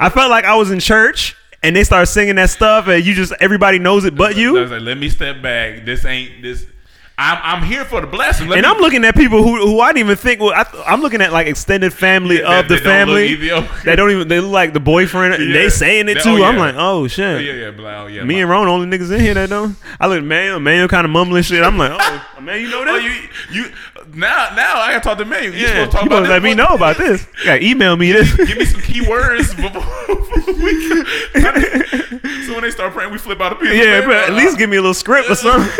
S6: I felt like I was in church and they started singing that stuff, and you just everybody knows it but
S7: I
S6: you.
S7: was like, let me step back. This ain't this. I'm I'm here for the blessing. Let
S6: And
S7: me-
S6: I'm looking at people who who I didn't even think. Well, I, I'm looking at like extended family
S7: Yeah,
S6: of
S7: they-
S6: the
S7: they don't look
S6: family.
S7: Ethiopian.
S6: They don't even. They look like the boyfriend. and
S7: Yeah.
S6: They saying it
S7: They-
S6: too.
S7: oh,
S6: I'm
S7: yeah.
S6: like, oh
S7: Yeah,
S6: shit.
S7: yeah, yeah. Blah, oh, yeah
S6: Me and
S7: blah.
S6: Ron only niggas in here that don't. I look at Mayo. Mayo kind of mumbling shit. I'm like,
S7: (laughs)
S6: oh man, you know that.
S7: Oh, you you now now I gotta talk to May. You supposed to talk
S6: you supposed
S7: about this.
S6: to let me know about this. You gotta email me this.
S7: (laughs) Give me some key words (laughs) before, before we. so when they start praying, we flip out a piece.
S6: (laughs)
S7: of
S6: Yeah,
S7: paper.
S6: but at least give me a little script or something.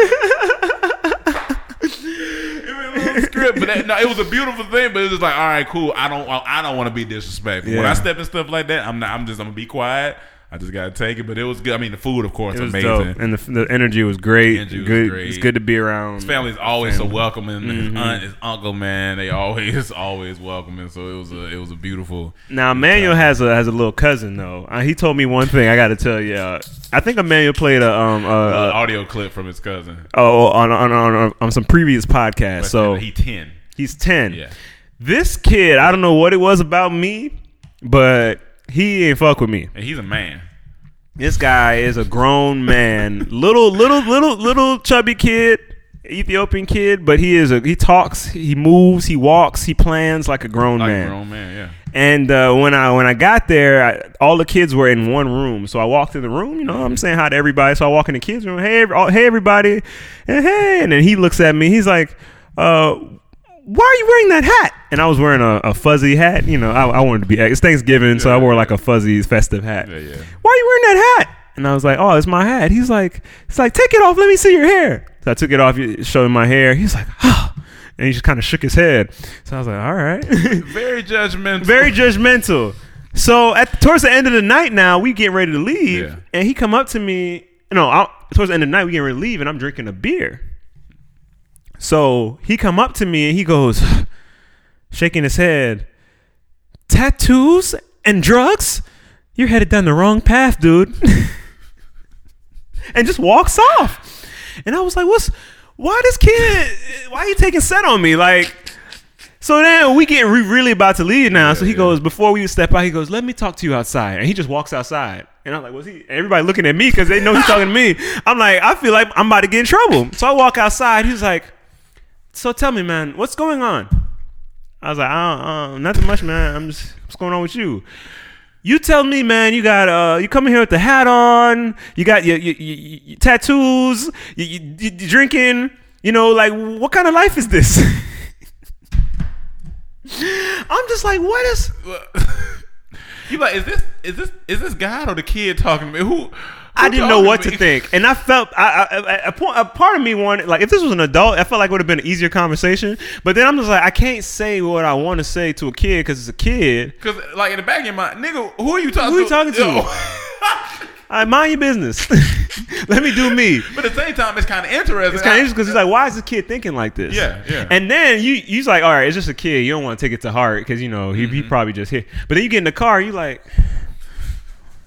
S7: Give me a little script. But that, no, it was a beautiful thing. But it was just like, all right, cool. I don't I don't want to be disrespectful. When
S6: Yeah.
S7: I step in stuff like that, I'm not. I'm just I'm gonna be quiet. I just gotta take it. But it was good. I mean, the food, of course,
S6: It was
S7: amazing.
S6: dope, and the, the energy was great.
S7: energy was
S6: good,
S7: great.
S6: it's good to be around.
S7: His family is always so welcoming.
S6: Mm-hmm.
S7: His aunt, his uncle, man, they always (laughs) always welcoming. So it was a it was a beautiful.
S6: Now Emmanuel has a has a little cousin though. Uh, he told me one thing. I got to tell you. Uh, I think Emmanuel played a um uh,
S7: uh,
S6: uh,
S7: audio clip from his cousin.
S6: oh on on, on on on some previous podcast. So
S7: he ten.
S6: he's ten.
S7: Yeah.
S6: This kid, I don't know what it was about me, but he ain't fuck with me.
S7: And he's a man.
S6: This guy is a grown
S7: (laughs)
S6: man, little, little, little, little chubby kid, Ethiopian kid, but he is a he talks, he moves, he walks, he plans like a grown
S7: Like
S6: man.
S7: a grown man, yeah.
S6: And uh, when I when I got there, I, all the kids were in one room. So I walked in the room. You know, I'm saying hi to everybody. So I walk in the kids' room. Hey, every- oh, hey, everybody, and hey. And then he looks at me. He's like, uh, "Why are you wearing that hat?" And I was wearing a, a fuzzy hat. You know, I, I wanted to be. It's Thanksgiving, so I wore like a fuzzy festive hat.
S7: Yeah, yeah.
S6: Why are you wearing that hat? And I was like, "Oh, it's my hat." He's like, "It's like take it off. Let me see your hair." So I took it off, showed him my hair. He's like, "Ah." And he just kind of shook his head. So I was like, all right. (laughs)
S7: Very judgmental.
S6: very judgmental. So at towards the end of the night, now we getting ready to leave,
S7: Yeah.
S6: and he come up to me. No, I, towards the end of the night, we getting ready to leave, and I'm drinking a beer. So he come up to me and he goes, (sighs) shaking his head. Tattoos and drugs? You're headed down the wrong path, dude. (laughs) and just walks off. And I was like, what's why this kid why you taking set on me? Like so then we getting re- really about to leave now. so he goes before we step out. He goes, "Let me talk to you outside," and he just walks outside. And I'm like, "Was he?" Everybody looking at me because they know he's talking to me. I'm like, I feel like I'm about to get in trouble. So I walk outside. He's like, "So tell me, man, what's going on?" I was like, I don't, I don't- "Nothing much, man. I'm just what's going on with you." You tell me, man. You got uh, you coming here with the hat on. You got your, your, your, your tattoos. You, you, you you drinking. You know, like what kind of life is this? (laughs) I'm just like, what is?
S7: (laughs) You like, is this is this is this God or the kid talking to me? Who? who
S6: I didn't know
S7: talking
S6: what
S7: to
S6: to
S7: me?
S6: think, and I felt I, I, I- a, point, a part of me wanted like if this was an adult, I felt like it would have been an easier conversation. But then I'm just like, I can't say what I want to say to a kid because it's a kid.
S7: (laughs) Cause like in the back of your mind, nigga, who are you talking?
S6: Who you
S7: to?
S6: talking to? (laughs) I mind your business. (laughs) Let me do me.
S7: (laughs) but at the same time, it's kind of interesting.
S6: It's kind of interesting because he's like, why is this kid thinking like this?
S7: Yeah, yeah.
S6: And then you, he's like, all right, it's just a kid. You don't want to take it to heart because you know he, he
S7: Mm-hmm.
S6: probably just hit. But then you get in the car, you like,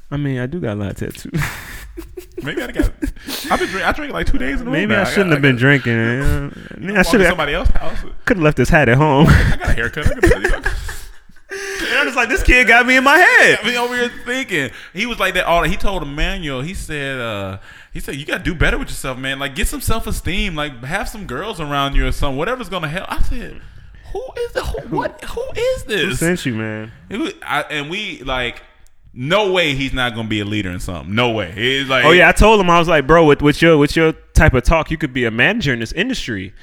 S6: I mean, I do got a lot of tattoos.
S7: Maybe I got. I've been drink, I drink like two days in a row.
S6: Maybe
S7: now.
S6: I shouldn't
S7: got-
S6: have been drinking.
S7: (laughs)
S6: eh? I
S7: Walking
S6: should have.
S7: somebody else's house.
S6: Could have left this hat at
S7: (laughs)
S6: home.
S7: I got a haircut. I could barely fuck.
S6: And I'm just like, this kid got me in my head.
S7: (laughs) I mean, over here thinking he was like that. All he told Emmanuel, he said, uh, he said, you gotta do better with yourself, man. Like, get some self esteem. Like, have some girls around you or something. Whatever's gonna help. I said, who is the who, what? Who is this?
S6: Sent you, man.
S7: It was- I- and we like, no way he's not gonna be a leader in something. No way. He's like,
S6: Oh yeah, I told him I was like, bro, with, with your with your type of talk, you could be a manager in this industry.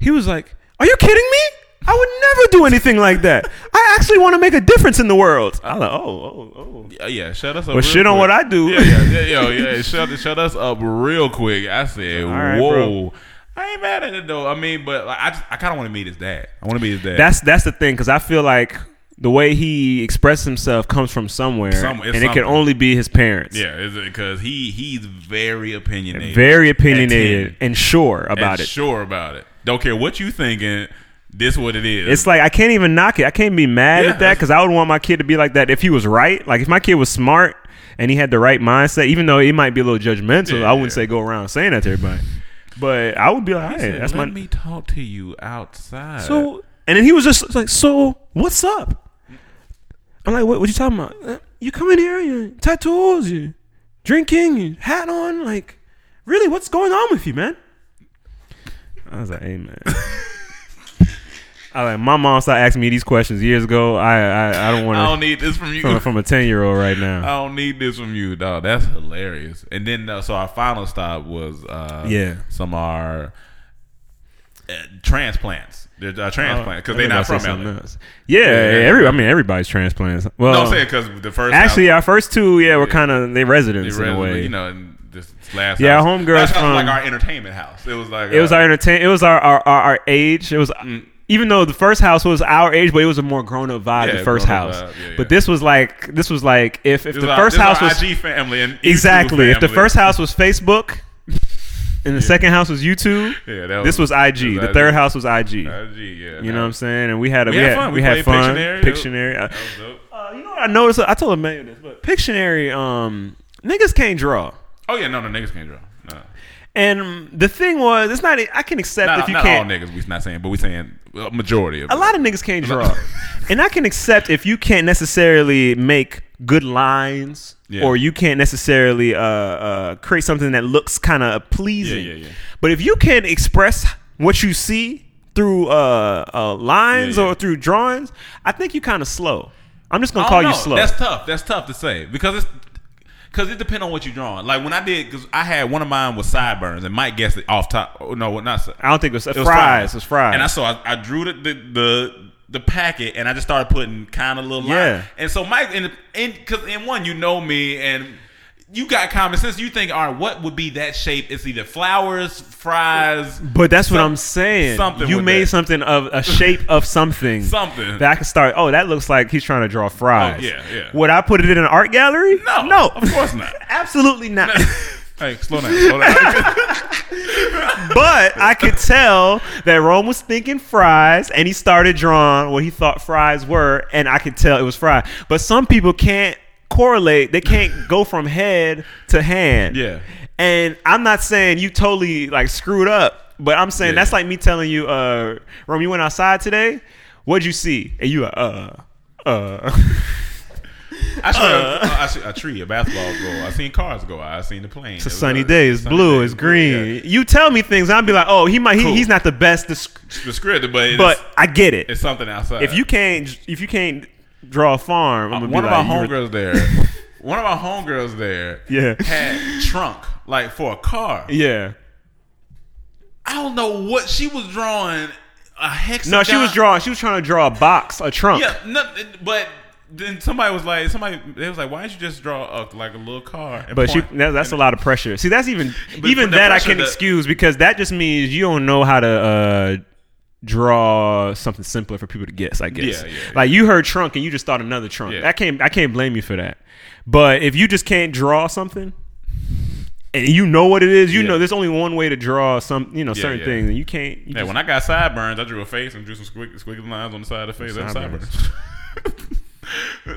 S6: He was like, are you kidding me? I would never do anything like that. I actually want to make a difference in the world. I was like, oh, oh, oh.
S7: yeah, yeah. Shut us up.
S6: But
S7: real
S6: shit on
S7: quick.
S6: what I do. (laughs)
S7: Yeah, yeah, yeah, yo, yeah. Shut, shut us up real quick. I said,
S6: right,
S7: whoa.
S6: bro.
S7: I ain't mad at it though. I mean, but like, I, just, I kind of want to meet his dad. I want to meet his dad.
S6: That's that's the thing because I feel like the way he expressed himself comes from somewhere,
S7: Some- it's
S6: and it can
S7: something.
S6: only be his parents.
S7: Yeah, because he he's very opinionated,
S6: Very
S7: At 10,
S6: opinionated and sure about
S7: and
S6: it.
S7: sure about it. Don't care what you thinking. This what it is.
S6: It's like I can't even knock it. I can't be mad
S7: Yeah,
S6: at that because I would want my kid to be like that if he was right. Like if my kid was smart and he had the right mindset, even though it might be a little judgmental,
S7: Yeah,
S6: I wouldn't
S7: yeah.
S6: say go around saying that to everybody. But I would be like,
S7: He
S6: "Hey,
S7: said,
S6: that's my
S7: let me talk to you outside.
S6: so." And then he was just like, "So what's up?" I'm like, "What? What you talking about? Uh, You come in here, you tattoos, you drinking, you hat on, like, really? What's going on with you, man?" I was like, "Hey, man." (laughs) I like my mom started asking me these questions years ago. I I, I don't
S7: I don't
S6: want
S7: need this from
S6: (laughs)
S7: you.
S6: to from a ten year old right now.
S7: I don't need this from you, dog. That's hilarious. And then, uh, so our final stop was, uh,
S6: Yeah.
S7: some of our uh, transplants. They're uh, transplants because they're
S6: Oh, I
S7: not
S6: think I
S7: from
S6: said
S7: LA.
S6: something else. Yeah, every I mean everybody's transplants. Well,
S7: No, I'm saying because the first
S6: actually,
S7: house,
S6: our first two, yeah, were kind of they residents
S7: the
S6: in a
S7: res-
S6: way.
S7: you know, and this last
S6: Yeah,
S7: house,
S6: our homegirls
S7: last house was
S6: from-
S7: like our entertainment house. It was like
S6: It was
S7: uh,
S6: our entertain. It was our our, our, our age. It was
S7: Mm.
S6: even though the first house was our age, but it was a more grown up vibe.
S7: Yeah,
S6: the first
S7: grown-up
S6: house,
S7: vibe. Yeah, yeah.
S6: but this was like this was like if if the
S7: This is our-
S6: first
S7: this is
S6: house
S7: our
S6: was
S7: IG family and YouTube
S6: exactly if the
S7: family.
S6: first
S7: (laughs)
S6: house was Facebook, and the second house was YouTube.
S7: Yeah, that
S6: this
S7: was-
S6: was IG.
S7: this was
S6: the third
S7: IG.
S6: house was IG.
S7: IG, yeah,
S6: You know what I'm saying? And we had a,
S7: We
S6: we,
S7: had
S6: had,
S7: fun.
S6: fun.
S7: We
S6: we had
S7: played
S6: fun.
S7: Pictionary.
S6: Pictionary. Uh, you know what I noticed? I told Emmanuel this, but Pictionary, um, niggas can't draw.
S7: Oh yeah, no, no niggas can't draw. No.
S6: And the thing was, it's not. e, I can accept
S7: Not,
S6: if you
S7: not
S6: can't.
S7: all niggas. We're not saying, but we're saying a majority of
S6: a lot of niggas can't draw. and I can accept if you can't necessarily make good lines
S7: Yeah.
S6: or you can't necessarily uh, uh, create something that looks kind of pleasing.
S7: Yeah, yeah, yeah.
S6: But if you can express what you see through uh, uh, lines
S7: Yeah, yeah.
S6: or through drawings, I think you kind of slow. I'm just
S7: I
S6: gonna
S7: don't
S6: call you
S7: know.
S6: slow.
S7: That's tough. That's tough to say because it's because it depends on what you're drawing. Like when I did, because I had one of mine was sideburns, and Mike guessed it off top. Oh, no, not si-
S6: I don't think it was, uh,
S7: it was
S6: fries. It was fries.
S7: And I saw I, I drew the the. the the packet and I just started putting kind of little lines.
S6: Yeah.
S7: And so Mike in in because in one you know me and you got common sense. You think all right, what would be that shape? It's either flowers, fries,
S6: But that's what
S7: Some-
S6: I'm saying.
S7: something
S6: you
S7: with
S6: made
S7: that.
S6: something of a shape of something.
S7: (laughs) Something.
S6: that I can start. Oh, that looks like he's trying to draw fries.
S7: Oh, yeah, yeah.
S6: Would I put it in an art gallery?
S7: No,
S6: no, (laughs)
S7: of course not. (laughs)
S6: absolutely not.
S7: hey, slow down. Slow down.
S6: but I could tell that Rome was thinking fries, and he started drawing what he thought fries were, and I could tell it was fries. But some people can't correlate; they can't go from head to hand.
S7: Yeah.
S6: And I'm not saying you totally like screwed up, but I'm saying
S7: Yeah.
S6: that's like me telling you, uh, Rome, you went outside today. What'd you see? And you like, uh, uh. (laughs)
S7: I swear, I, see a tree, a basketball go. I seen cars go. I seen the plane.
S6: It's a sunny day. It's blue. It's green. You tell me things, I'll be like, oh, he might. He,
S7: Cool.
S6: He's not the best. Disc-
S7: It's prescriptive, but it's,
S6: but I get it.
S7: it's something outside.
S6: if you can't, if you can't draw a farm, I'm gonna
S7: Uh, one
S6: be
S7: of
S6: like,
S7: our
S6: you were-
S7: homegirls there,
S6: (laughs)
S7: one of our homegirls there,
S6: Yeah.
S7: had trunk like for a car.
S6: Yeah.
S7: I don't know what she was drawing. A hexagon.
S6: No, she was drawing. She was trying to draw a box, a trunk.
S7: Yeah, no, but then somebody was like, somebody they was like, why did you just draw a, like a little car? and
S6: But she,
S7: point?"
S6: that, that's a lot of pressure. See, that's even
S7: But
S6: even
S7: the
S6: that I
S7: pressure
S6: can
S7: that-
S6: excuse because that just means you don't know how to uh, draw something simpler for people to guess. I guess.
S7: Yeah, yeah, yeah.
S6: Like you heard trunk and you just thought another trunk.
S7: Yeah.
S6: I can't I can't blame you for that. But if you just can't draw something. And you know what it is. You
S7: Yeah.
S6: know there's only one way to draw some, you know,
S7: Yeah,
S6: certain
S7: yeah.
S6: things, and you can't. You
S7: Yeah,
S6: just-
S7: when I got sideburns, I drew a face and drew some squiggly, squiggly lines on the side of the face. That's
S6: Sideburns.
S7: sideburns. (laughs) so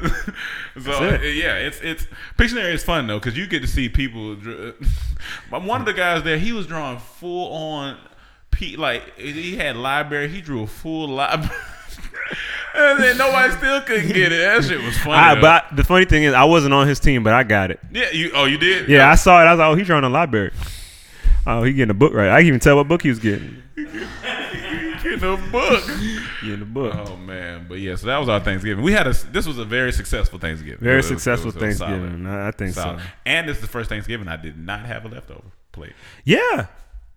S6: That's it.
S7: uh, yeah, it's it's Pictionary is fun though because you get to see people. dr- (laughs) One of the guys there, he was drawing full on. P, like he had library, he drew a full library, (laughs) and then nobody still couldn't get it. That shit was funny.
S6: I,
S7: though.
S6: but I- the funny thing is, I wasn't on his team, but I got it.
S7: yeah, you oh you did
S6: Yeah, I saw it. I was like, oh, he's drawing a library. Oh, he getting a book right. I can even tell what book he was getting.
S7: in the book.
S6: Getting a book.
S7: Oh man, but yeah, so that was our Thanksgiving. We had a this was a very successful Thanksgiving.
S6: Very
S7: It was- it was-
S6: successful
S7: it was solid.
S6: Thanksgiving. I I think
S7: Solid.
S6: so.
S7: And it's the first Thanksgiving I did not have a leftover plate.
S6: Yeah,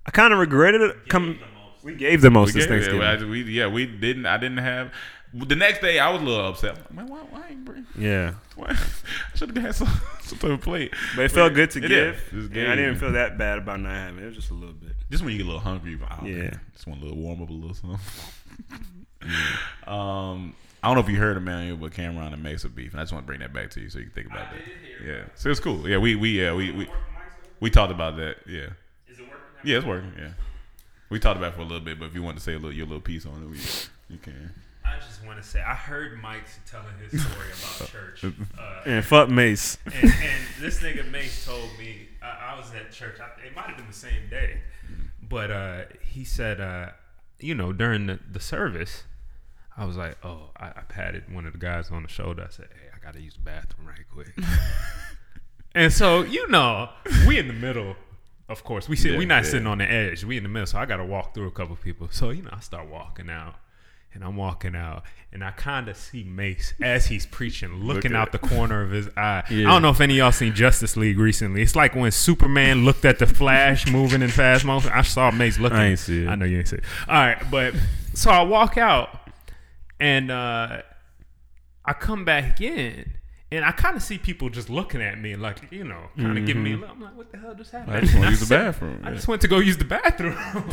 S6: I kind of regretted it. Come, we gave the most this
S7: yeah,
S6: Thanksgiving.
S7: yeah,
S6: Yeah,
S7: we, yeah, we didn't. I didn't have. The next day, I was a little upset. Like, Man, why? Why? ain't bring- why (laughs) I should have had some, (laughs) some type of plate.
S6: but it felt good to
S7: It
S6: give.
S7: is. It's
S6: and I
S7: good.
S6: didn't feel that bad about not having it. It was just a little bit.
S7: Just when you get a little hungry, you oh,
S6: Yeah.
S7: man, just want a little warm up, a
S6: (laughs)
S7: little something. um, I don't know if you heard Emmanuel, but Cameron and Mace are beef, and I just want to bring that back to you so you can think about that. yeah, so it's cool. Yeah, we we yeah we we we talked about that. Yeah, is it working? Yeah, it's working. Yeah, we talked about it for a little bit, but if you want to say a little your little piece on it, we you can.
S2: I just want to say I heard Mike's telling his story about church, uh,
S6: And fuck Mace.
S2: and, and this nigga Mace told me I, I was at church. I, it might have been the same day, but uh, he said, uh, you know, during the, the service, I was like, oh, I, I patted one of the guys on the shoulder. I said, hey, I gotta use the bathroom right
S6: (laughs)
S2: quick. and so you know, we in the middle. Of course, we sit. we not sitting on the edge. We in the middle, so I gotta walk through a couple people. So you know, I start walking out. And I'm walking out, and I kind of see Mace as he's preaching, looking out the corner of his eye. I don't know if any of y'all seen Justice League recently. It's like when Superman looked at the Flash moving in fast motion. I saw Mace looking.
S6: I ain't see it.
S2: I know you ain't see it. All right, but so I walk out, and uh, I come back in, and I kind of see people just looking at me, like you know, kind of giving me a look. I'm like, what the hell just happened?
S7: Mm-hmm. I just want to
S2: And
S7: use
S6: (laughs)
S7: the
S2: sit-
S7: bathroom.
S2: I just went to go use the bathroom. (laughs)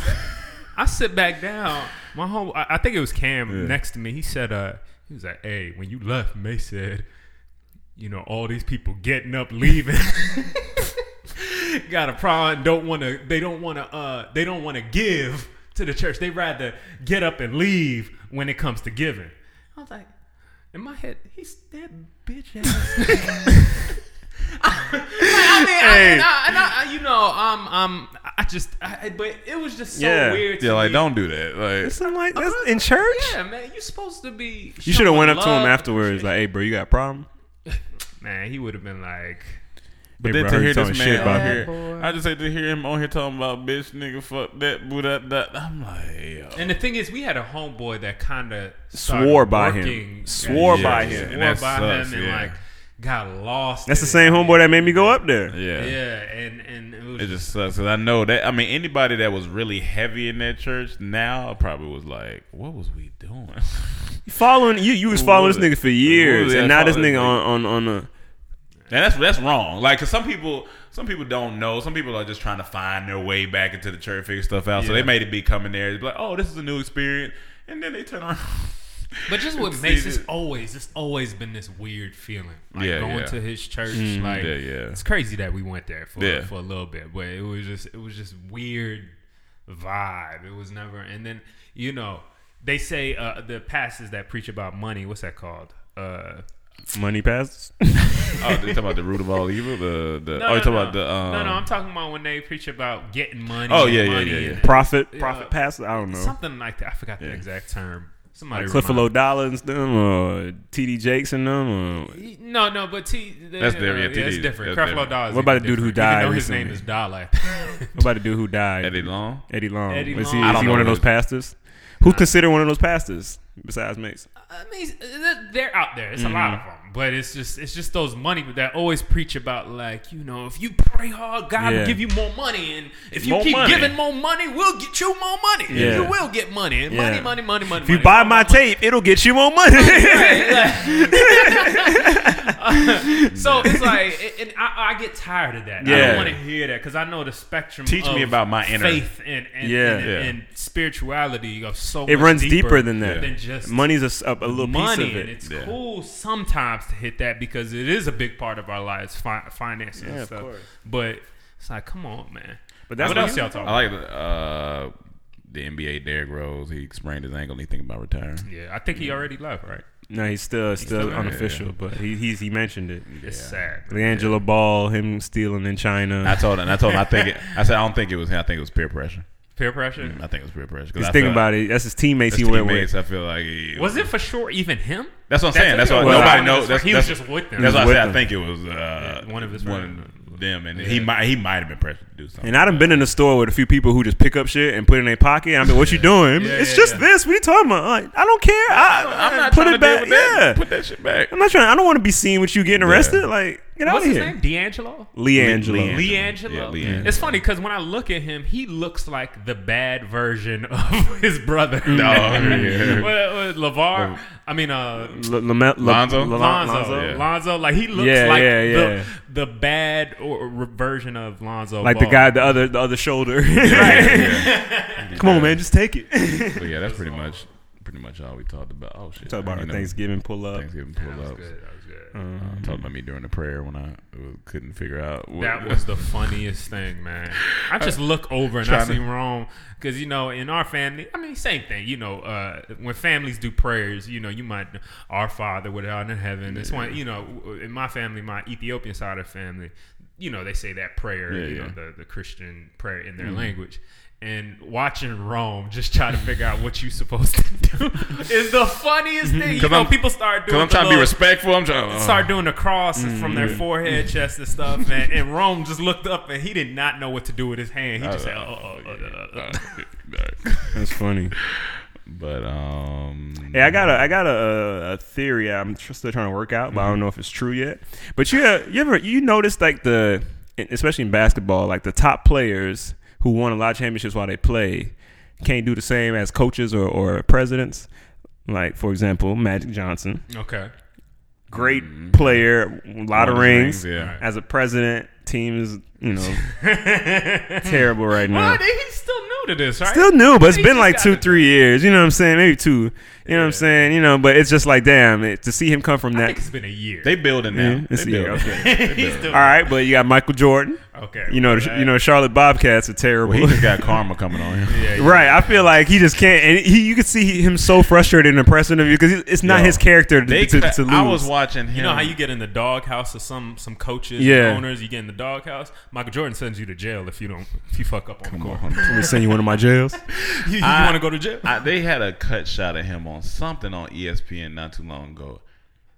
S2: I sit back down. My home, I, I think it was Cam next to me. He said, uh, he was like, hey, when you left, May said, you know, all these people getting up, leaving. (laughs) Got a problem. Don't want to. They don't want to. Uh, they don't want to give to the church. They rather get up and leave when it comes to giving. I was like, in my head, he's that bitch ass. I mean, I, and I, and I, you know, um, um, I just, I, but it was just so
S6: Yeah.
S2: weird. To
S7: Yeah, like
S2: me.
S7: don't do that. Like
S6: So I'm like, that's in church.
S2: Yeah, man, you're supposed to be.
S6: You should have went up to
S2: showing
S6: him
S2: love.
S6: afterwards, like, "Hey, bro, you got a problem?"
S2: Man, he would have been like,
S7: But
S6: Hey,
S7: then
S6: bro, I
S7: to
S6: heard
S7: hear
S6: you
S7: this man
S6: talking shit about
S7: on here, I just hate to hear him on here talking about bitch, nigga, fuck that, boo, that, that. I'm like, yo.
S2: and the thing is, we had a homeboy that kind of
S6: Swore by him. Swore by him.
S2: swore
S7: And that
S2: by
S7: sucks,
S2: him, and
S7: yeah.
S2: like got lost.
S6: That's the
S2: in it.
S6: same homeboy that made me go up there.
S7: yeah.
S2: Yeah, and and it was
S7: It just sucks because I know that. I mean, anybody that was really heavy in that church now probably was like, "What was we doing?" (laughs)
S6: Following you, you was following this
S7: was it?
S6: nigga for
S7: Who
S6: years,
S7: was it?
S6: and now this
S7: Follow this
S6: nigga on on on uh, a.
S7: and that's that's wrong. Like, 'cause some people, some people don't know. Some people are just trying to find their way back into the church, figure stuff out. So they may be coming there, they be like, "Oh, this is a new experience," and then they turn around.
S2: But just what
S7: See,
S2: makes it's
S7: this-
S2: always it's always been this weird feeling. Like
S7: Yeah,
S2: going
S7: yeah.
S2: to his church, like
S7: yeah, yeah.
S2: It's crazy that we went there for
S7: Yeah.
S2: for a little bit, but it was just it was just weird vibe. It was never. And then you know they say uh, the pastors that preach about money. What's that called? Uh,
S6: Money passes.
S7: (laughs) Oh, you talking about the root of all evil? The the oh, you talking about the um,
S2: no, no. I'm talking about when they preach about getting money.
S7: Oh,
S2: and
S7: yeah, yeah,
S2: money
S7: yeah, yeah.
S2: and-
S6: Profit.
S2: Yeah.
S6: Profit passes. I don't know.
S2: something like that. I forgot the exact term. Somebody
S6: Clifford
S2: remind-
S6: O'Donnell and them, or T.D. Jakes and them, or
S2: No, no, but T.
S7: That's different, yeah,
S2: that's
S7: TD.
S2: different.
S7: That's
S2: Creflo
S7: different.
S2: Dollar. is
S6: What about
S2: even
S6: the dude who
S2: different, even
S6: died
S2: though his name
S6: recently?
S2: is
S6: (laughs)
S2: Dollar.
S6: about the dude who died,
S7: Eddie Long.
S6: Eddie Long.
S2: Eddie
S6: Was
S2: Long.
S6: he,
S2: I
S6: is
S7: don't
S6: he
S7: know
S6: one of
S7: who
S6: those
S7: it
S6: pastors? Who's considered one of those pastors besides Mace?
S2: I mean, they're out there. It's a lot of them, but it's just it's just those money that always preach about like you know if you pray hard, God
S6: Yeah.
S2: will give you more money, and if you
S6: More
S2: keep
S6: money.
S2: giving more money, we'll get you more money.
S6: Yeah.
S2: You will get money, and money,
S6: Yeah.
S2: money, money, money.
S6: If you buy my tape, it'll get you more money.
S2: so it's like, it- and I, I get tired of that. I
S6: Yeah.
S2: don't want to hear that because I know the spectrum.
S7: Teach
S2: of
S7: me about my inner-
S2: faith and and,
S6: Yeah.
S2: and,
S7: Yeah.
S2: and spirituality of so.
S6: it
S2: much
S6: runs deeper, than that.
S2: Than just
S6: Money's a s- a, a little
S2: money,
S6: piece of
S2: and
S6: it.
S2: it's
S7: Yeah.
S2: cool sometimes to hit that because it is a big part of our lives, fi- finances and
S6: of
S2: stuff.
S6: course.
S2: But it's like, come on, man.
S6: But that's
S2: what
S6: what
S2: else
S6: you- Oh.
S2: y'all talking
S7: I
S2: about?
S7: like the, uh, the NBA. Derrick Rose. He sprained his ankle. and He thinking about retiring.
S2: yeah, I think he already left, right?
S6: No, he's still still
S2: still-
S6: unofficial, but he he's, he mentioned it.
S2: It's sad.
S6: Leangelo Ball, him stealing in China.
S7: I told him. I told him. I think.
S2: (laughs)
S7: It, I said. I don't think it was him. I think it was peer pressure.
S2: Peer pressure.
S6: Mm.
S7: I think it was peer pressure. 'Cause
S6: Just
S7: I
S6: think
S7: feel-
S6: about it. That's his teammates
S7: that's
S6: he went
S7: teammates.
S6: with.
S7: I feel like he,
S2: Was it for sure even him?
S7: That's what I'm saying. That's why
S2: what
S6: Well,
S7: nobody
S6: I-
S7: knows. That's,
S2: he was
S7: that's,
S2: just with them.
S7: That's why I
S6: With
S7: said. I
S6: them.
S7: think it was uh,
S2: Yeah, one of his
S7: one
S2: friends.
S7: of them, and he might he might have been pressured to do something.
S6: And I done been in the store with a few people who just pick up shit and put it in their pocket. I'm like, what you doing?
S2: Yeah,
S6: it's
S2: yeah,
S6: just
S2: yeah.
S6: this. What you talking about? Like, I don't care. I,
S7: I'm not
S6: put
S7: trying
S6: it
S7: to deal
S6: back.
S7: with that.
S6: Yeah.
S7: Put that
S2: (laughs)
S7: shit back.
S6: I'm not trying. I don't want to be seen with you getting arrested. Like, get out
S2: What's
S6: of
S2: his
S6: here.
S2: name? D'Angelo?
S6: Leangelo.
S7: Leangelo.
S2: Leangelo.
S7: Yeah, Leangelo.
S2: It's funny because when I look at him, he looks like the bad version (laughs) of his brother. No, (laughs)
S7: yeah.
S2: Lavar. I mean, uh,
S6: Le- Lame- Le-
S7: Lonzo?
S6: Le-
S2: Lonzo. Lonzo.
S7: yeah.
S2: Like he looks
S6: Yeah,
S2: like
S6: yeah, yeah.
S2: The, the bad or, or version of Lonzo.
S6: Like the
S2: Ball.
S6: guy, the other, the other shoulder. (laughs) Come on, man, just take it.
S7: But yeah, that's pretty much pretty much all we talked about. Oh shit,
S6: Talk about
S7: You
S6: our
S7: know,
S6: Thanksgiving Mm-hmm. pull up.
S7: Thanksgiving pull ups.
S2: Good, that was good.
S7: Talked about me during the prayer when I uh, couldn't figure out. What,
S2: That
S7: (laughs)
S2: was the funniest thing, man. I just look over and I
S7: Uh, Tryna-
S2: see Rome because you know in our family, I mean, same thing. You know, uh, when families do prayers, you know, you might our Father which art in heaven. This one, you know, w- in my family, my Ethiopian side of the family, you know, they say that prayer,
S7: Yeah,
S2: you know,
S7: yeah. Mm.
S2: the, the Christian prayer in their language. And watching Rome just try to figure out what you're supposed to do (laughs) is the funniest thing. You
S7: 'Cause
S2: know,
S7: I'm-
S2: people start doing.
S7: Cause I'm
S2: the
S7: trying to be
S2: little-
S7: respectful. I'm trying.
S2: start doing the crosses from their forehead, chest, and stuff. And, and Rome just looked up and he did not know what to do with his hand. He just said, oh, oh, oh, oh, oh.
S6: That's funny.
S7: But um,
S6: Hey, I got a, I got a, a theory. I'm tr- still trying to work out, but I don't know if it's true yet. But you, uh, you ever, you notice like the, e, especially in basketball, like the top players who won a lot of championships while they play can't do the same as coaches or, or presidents. Like for example, Magic Johnson,
S2: Okay.
S6: great
S7: Mm-hmm.
S6: player, a lot of
S7: Won
S6: rings.
S7: rings, yeah.
S6: As a president, team is you
S7: (laughs)
S6: know terrible right now.
S2: Well, he's still new to this, right?
S6: Still new, but it's
S2: He
S6: been
S2: just
S6: like
S2: got
S6: two,
S2: it.
S6: three years. You know what I'm saying? Maybe two. You know what I'm saying? You know, but it's just like damn it, to see him come from
S2: I
S6: that.
S2: think it's been a year. (laughs)
S7: they building now.
S6: Yeah, it's
S7: they
S6: a year,
S7: building.
S6: okay.
S2: he's still
S6: All right, but you got Michael Jordan.
S2: Okay.
S6: You know,
S2: Well,
S6: you know, Charlotte Bobcats are terrible.
S7: Well, he just got karma coming on
S2: (laughs)
S7: him.
S2: yeah, yeah.
S6: (laughs) Right, I feel like he just can't. And he, you can see him so frustrated and impressed with because it's not
S7: Yo,
S6: his character to,
S7: They,
S6: to,
S7: cut-
S6: to lose.
S7: I was watching him.
S2: You know how
S7: (laughs)
S2: you get in the doghouse of some some coaches,
S6: Yeah.
S2: and owners. You get in the doghouse. Michael Jordan sends you to jail if you don't if you fuck up on the court.
S6: Let me send you one of my jails.
S2: (laughs) You, you
S7: I-
S2: want to go to jail?
S7: I, they had a cut shot of him on something on E ESPN not too long ago.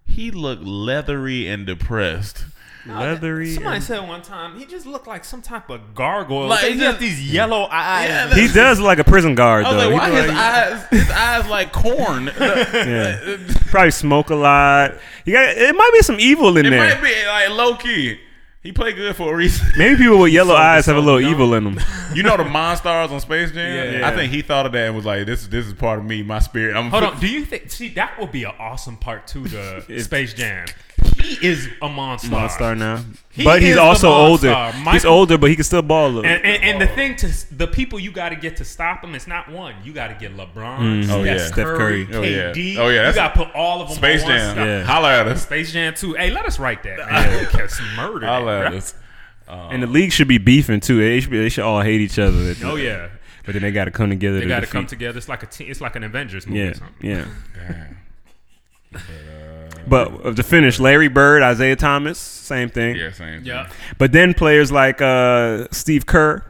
S7: He looked leathery and depressed.
S6: Leathery.
S2: Somebody
S6: and-
S2: said one time he just looked like some type of gargoyle.
S7: Like,
S2: Like,
S7: he
S2: he got
S7: just-
S2: these yellow eyes.
S7: Yeah,
S6: he does look like a prison guard
S7: I
S6: though.
S7: was
S6: He
S7: like, why (laughs)
S6: look
S7: his
S6: like-
S7: eyes? His eyes like (laughs) corn. it
S6: Yeah. Probably smoke a lot. You got it. Might be some evil in there.
S7: might be like low key. He played good for a reason.
S6: Maybe people with yellow eyes have a little evil in them.
S7: (laughs) You know the monstars on Space Jam.
S2: Yeah.
S7: I think he thought of that and was like, "This, this is part of me, my spirit." I'm
S2: Hold on. Do you think? See, that would be an awesome part two
S7: (laughs)
S2: to Space Jam. He is a monster.
S6: Monster now,
S2: He
S6: but
S2: is
S6: he's
S2: the
S6: also older.
S2: Monstar.
S6: he's
S2: Michael-
S6: older, but he can still ball a little.
S2: And, and, and the thing to s- the people you got to get to stop him, it's not one. You got to get LeBron,
S7: Oh,
S2: Steph,
S7: yeah.
S6: Steph
S2: Curry,
S6: Curry.
S7: Oh, yeah.
S2: KD.
S7: Oh, yeah,
S2: You
S7: that's-
S2: got to put all of them.
S7: Space
S2: on one
S7: Jam.
S2: stop.
S6: Yeah.
S7: Holla at us.
S2: Space Jam two. Hey, let us write
S7: (laughs)
S2: that. Man. Catch some murder.
S7: Holla at
S2: bruh.
S7: us.
S6: And the league should be beefing too. They should, be, they should all hate each other.
S2: Oh yeah.
S6: but then they got to come together.
S2: They
S6: to
S2: got to
S6: defeat-
S2: come together. It's like a team. It's like an Avengers movie.
S6: Yeah,
S2: or something.
S6: yeah. But uh, to finish, Larry Bird, Isaiah Thomas, same thing.
S7: Yeah, same. thing.
S2: Yeah.
S6: But then players like uh, Steve Kerr,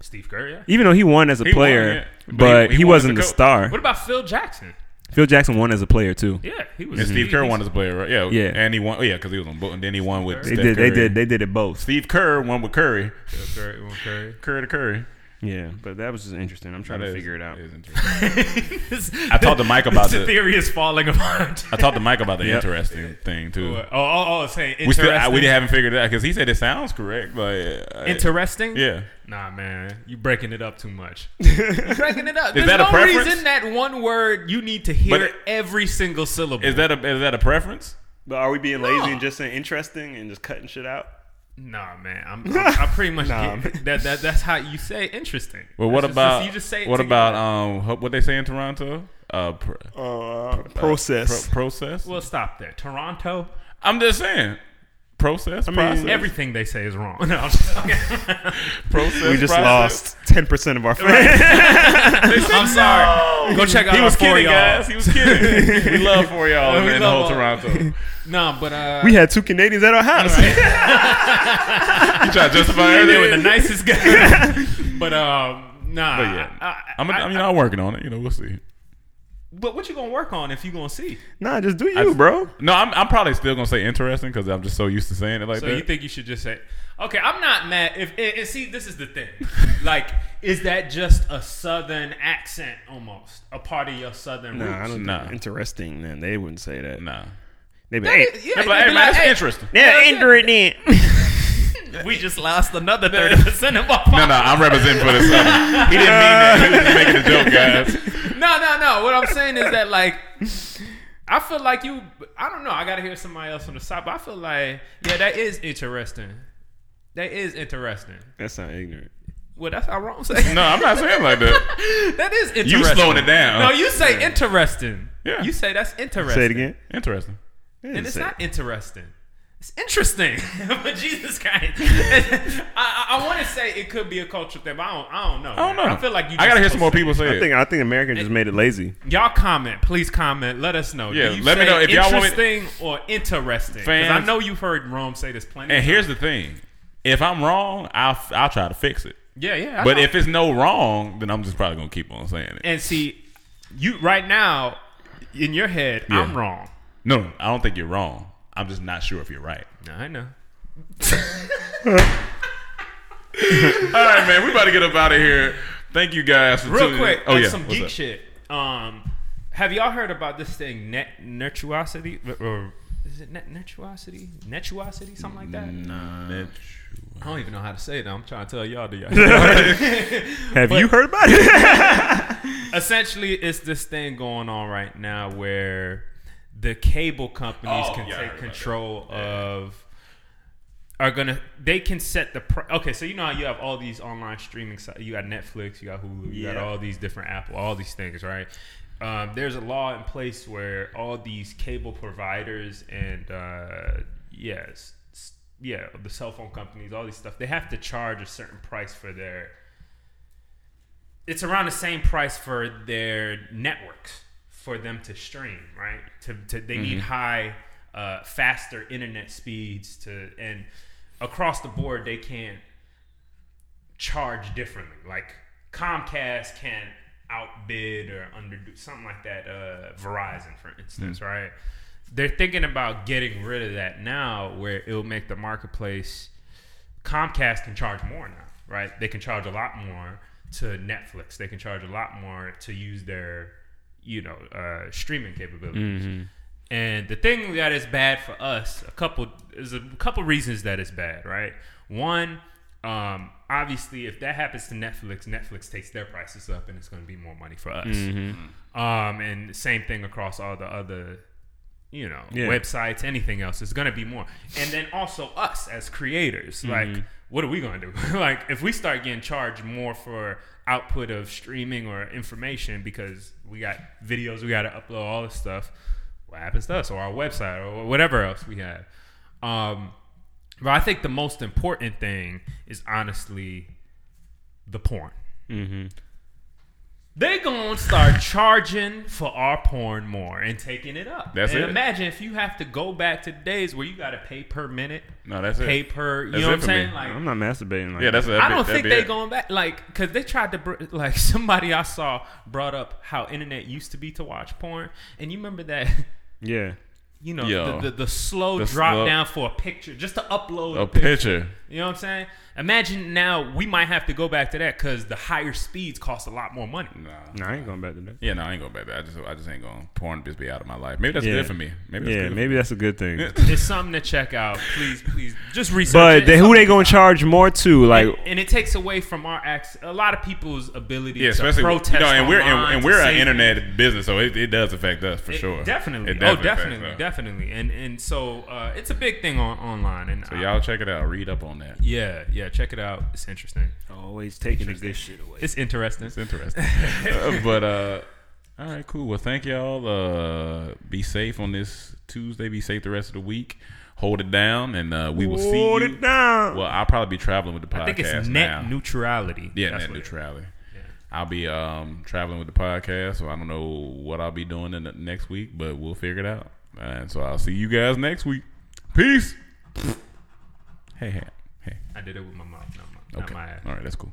S2: Steve Curry. Yeah.
S6: even though he won as a
S7: He won,
S6: player,
S7: yeah.
S6: but,
S7: But
S6: he,
S7: he- he won as
S6: wasn't
S7: a
S6: the
S7: coach.
S6: star.
S2: What about Phil Jackson?
S6: Phil Jackson won as a player too.
S2: Yeah, he was.
S7: And Steve
S2: he-
S7: Kerr
S2: he's-
S7: won as a player, right? Mm-hmm. Yeah,
S6: Yeah.
S7: And he won. Oh, yeah, because he was on. Bo- And then he won with.
S6: They
S7: Steph
S6: did. They
S7: Curry.
S6: did. They did it both.
S7: Steve Kerr won with Curry.
S2: Phil Curry, well, Curry.
S7: Curry to Curry.
S6: Yeah, but that was just interesting. I'm trying to figure it out.
S7: is interesting.
S2: (laughs)
S7: I talked to Mike about
S2: the
S7: it.
S2: theory is falling apart.
S7: I talked to Mike about the
S6: Yep.
S7: interesting thing too.
S2: oh, oh, oh, saying interesting.
S7: We still I, we haven't figured it out because he said it sounds correct, but uh,
S2: interesting.
S7: yeah.
S2: Nah, man, you breaking it up too much. you breaking it up.
S7: Is
S2: There's
S7: that a
S2: no
S7: preference?
S2: reason that one word you need to hear
S7: But-
S2: every single syllable.
S7: Is that a is that a preference?
S6: But are we being lazy and just saying interesting and just cutting shit out?
S2: Nah, man,
S7: (laughs)
S2: I'm, I'm, I'm pretty much
S6: Nah,
S2: get- that, that. That's how you say interesting.
S7: Well, what
S2: That's just-
S7: about
S2: you just say it
S7: what
S2: together.
S7: about um ho- what they say in Toronto? Uh, pr-
S6: process.
S7: pro- process.
S2: Well, stop there. Toronto.
S7: I'm just saying. Process. I
S6: mean,
S7: process.
S2: Everything they say is wrong. (laughs) No, I'm just
S7: (laughs) process.
S6: we just
S7: process.
S6: lost ten percent of our fans. (laughs)
S2: I'm sorry. Go check out
S7: He
S2: our
S7: was
S2: four
S7: kidding,
S2: y'all.
S7: guys. He was kidding. we (laughs) love for y'all
S2: We
S7: and the
S2: love
S7: whole
S2: all-
S7: Toronto. you
S2: Nah, but uh,
S6: we had two Canadians at our house.
S7: try to justify
S2: and they
S7: everything (laughs)
S2: were the nicest guys. (laughs) but um, nah.
S7: But yeah,
S2: I, I,
S7: I'm. A, I mean, I'm working on it. You know, we'll see.
S2: But what you gonna work on if you gonna see?
S6: nah, just do you, bro.
S7: No, I'm. I'm probably still gonna say interesting because I'm just so used to saying it like
S2: So
S7: that.
S2: you think you should just say, okay, I'm not mad. If and, and see, this is the
S7: (laughs)
S2: thing. like, is that just a southern accent almost a part of your southern
S6: Nah, I
S2: roots?
S6: don't
S7: Nah.
S6: think interesting. Then they wouldn't say that.
S7: nah.
S6: They'd be hey,
S2: Yeah,
S7: They'd be
S2: you'd
S7: like,
S2: be
S7: hey man,
S2: like,
S7: that's
S2: "Hey,
S7: interesting.
S6: yeah, interesting. (laughs)
S2: We just lost (laughs) another thirty percent of our.
S7: No, no, I'm representing for the
S2: (laughs)
S7: Southern. He didn't mean that. He was just making a joke, guys.
S2: No, no, no. What I'm saying is that like I feel like you I don't know, I gotta hear somebody else on the side, but I feel like, yeah, that is interesting. That is interesting.
S6: That's not ignorant.
S2: Well, that's how wrong say.
S7: No, I'm not saying like that.
S2: (laughs) that is interesting.
S7: You slowing it down.
S2: No, you say interesting.
S7: Uh, Yeah.
S2: You say that's interesting.
S6: Say it again.
S7: Interesting.
S2: And it's not interesting. It's interesting. (laughs) but Jesus
S7: (laughs)
S2: Christ. I, I, I wanna say it could be a cultural thing, but I don't I don't know.
S7: I don't know.
S2: I feel like you
S7: I
S2: just
S7: gotta hear some more
S2: supposed
S7: people say
S6: I think
S7: it.
S6: I think America just made it lazy.
S2: to- Y'all comment, please comment. Let us know. Do
S7: Yeah,
S2: you
S7: let me
S2: say
S7: know if y'all want me-
S2: interesting or interesting. Because I
S7: Fans-
S2: know you've heard Rome say this plenty.
S7: And
S2: of
S7: here's
S2: times.
S7: the thing: if I'm wrong, I'll I'll try to fix it.
S2: yeah, yeah. I
S7: But
S2: know.
S7: if it's no wrong, then I'm just probably gonna keep on saying it.
S2: and see, you right now in your head,
S7: Yeah.
S2: I'm wrong.
S7: No, no, I don't think you're wrong. I'm just not sure if you're right.
S2: No, I know.
S7: All right, man, we about to get up out of here. Thank you guys. For
S2: Real
S7: tuning-
S2: quick,
S7: oh
S2: on
S7: yeah,
S2: some
S7: what's
S2: geek
S7: up?
S2: shit. Um, have y'all heard about this thing, net nurtuosity, or- or is it net nurtuosity, netuosity, something like that? I don't even know how to say it. I'm trying to tell y'all. To
S7: (laughs)
S2: y'all.
S6: Have you heard about (laughs) it?
S2: Essentially, it's this thing going on right now where the cable companies
S7: Oh,
S2: can
S7: yeah, I heard
S2: take
S7: about
S2: control of. Are gonna they can set the pri okay? So you know how you have all these online streaming sites. You got Netflix, you got Hulu, you
S6: Yeah.
S2: got all these different Apple, all these things, right? Um, there's a law in place where all these cable providers and uh, yes, s- yeah, the cell phone companies, all these stuff, they have to charge a certain price for their it's around the same price for their networks for them to stream, right? To, to they need high, uh, faster internet speeds to, and across the board they can't charge differently. Like Comcast can't outbid or underdo something like that. Uh, Verizon, for instance, right? They're thinking about getting rid of that now, where it'll make the marketplace. Comcast can charge more now, right? They can charge a lot more to Netflix. They can charge a lot more to use their, you know, uh, streaming capabilities. And the thing that is bad for us, a couple is a couple reasons that it's bad, right? One, um, obviously, if that happens to Netflix, Netflix takes their prices up, and it's going to be more money for us. Um, and same thing across all the other you know, websites, anything else. It's gonna be more. And then also us as creators, like, what are we gonna do? (laughs) like, if we start getting charged more for output of streaming or information because we got videos, we gotta upload all this stuff. What happens to us or our website or whatever else we have? Um, but I
S7: Mm-hmm.
S2: think the most important thing is honestly the porn. They gonna start charging for our porn more and taking it up.
S7: That's
S2: and
S7: it.
S2: Imagine if you have to go back to days where you gotta pay per minute,
S7: No, that's
S2: pay
S7: it.
S2: per. You
S7: That's
S2: know
S7: it
S2: what I'm
S7: for
S2: saying?
S7: me.
S2: Like,
S6: I'm not masturbating. Like
S7: Yeah, that's
S2: I don't think they going back. Like, cause they tried to br- like (laughs) somebody I saw brought up how internet used to be to watch porn, and you remember that. (laughs)
S6: Yeah.
S2: You know
S7: Yo.
S2: the, the, the slow
S7: The
S2: drop
S7: slow-
S2: down for a picture just to upload
S7: a picture.
S2: you know what I'm saying? Imagine now we might have to go back to that because the higher speeds cost a lot more money.
S6: No, I ain't going back to that.
S7: Yeah, no, I ain't going back there. I just, I just ain't going to porn just be out of my life. Maybe that's
S6: Yeah.
S7: good for me. Maybe that's
S6: Yeah,
S7: good.
S6: maybe that's a good thing.
S2: It's something to check out. Please, please, just research.
S6: But
S2: it.
S6: then who they gonna charge more to? Like,
S2: And, and it takes away from our access, a lot of people's ability
S7: Yeah,
S2: to
S7: especially
S2: protest.
S7: you know, and we're
S2: online,
S7: and, and
S2: to
S7: we're an
S2: say-
S7: internet business, so it, it does affect us for
S2: It-
S7: sure.
S2: Definitely.
S7: It
S2: oh,
S7: affects
S2: definitely,
S7: us.
S2: definitely. And and so uh, it's a big thing on online. And
S7: So
S2: I-
S7: y'all check it out. Read up on that.
S2: yeah, yeah, check it out. It's interesting.
S6: always taking the good shit away.
S2: It's interesting.
S7: It's
S2: (laughs)
S7: interesting. Uh, but uh, all right, cool. Well, thank y'all. Uh, be safe on this Tuesday. Be safe the rest of the week. Hold it down, and uh, we will see
S6: Hold
S7: you.
S6: it down.
S7: Well, I'll probably be traveling with the podcast
S2: I think it's net
S7: now.
S2: neutrality.
S7: Yeah,
S2: That's
S7: net
S2: what it is.
S7: neutrality. I'll be um, traveling with the podcast, so I don't know what I'll be doing in the next week, but we'll figure it out. And so I'll see you guys next week. Peace. hey, hey, hey.
S2: I did it with my mouth, not my, not
S7: Okay.
S2: my ass.
S7: All right, that's cool.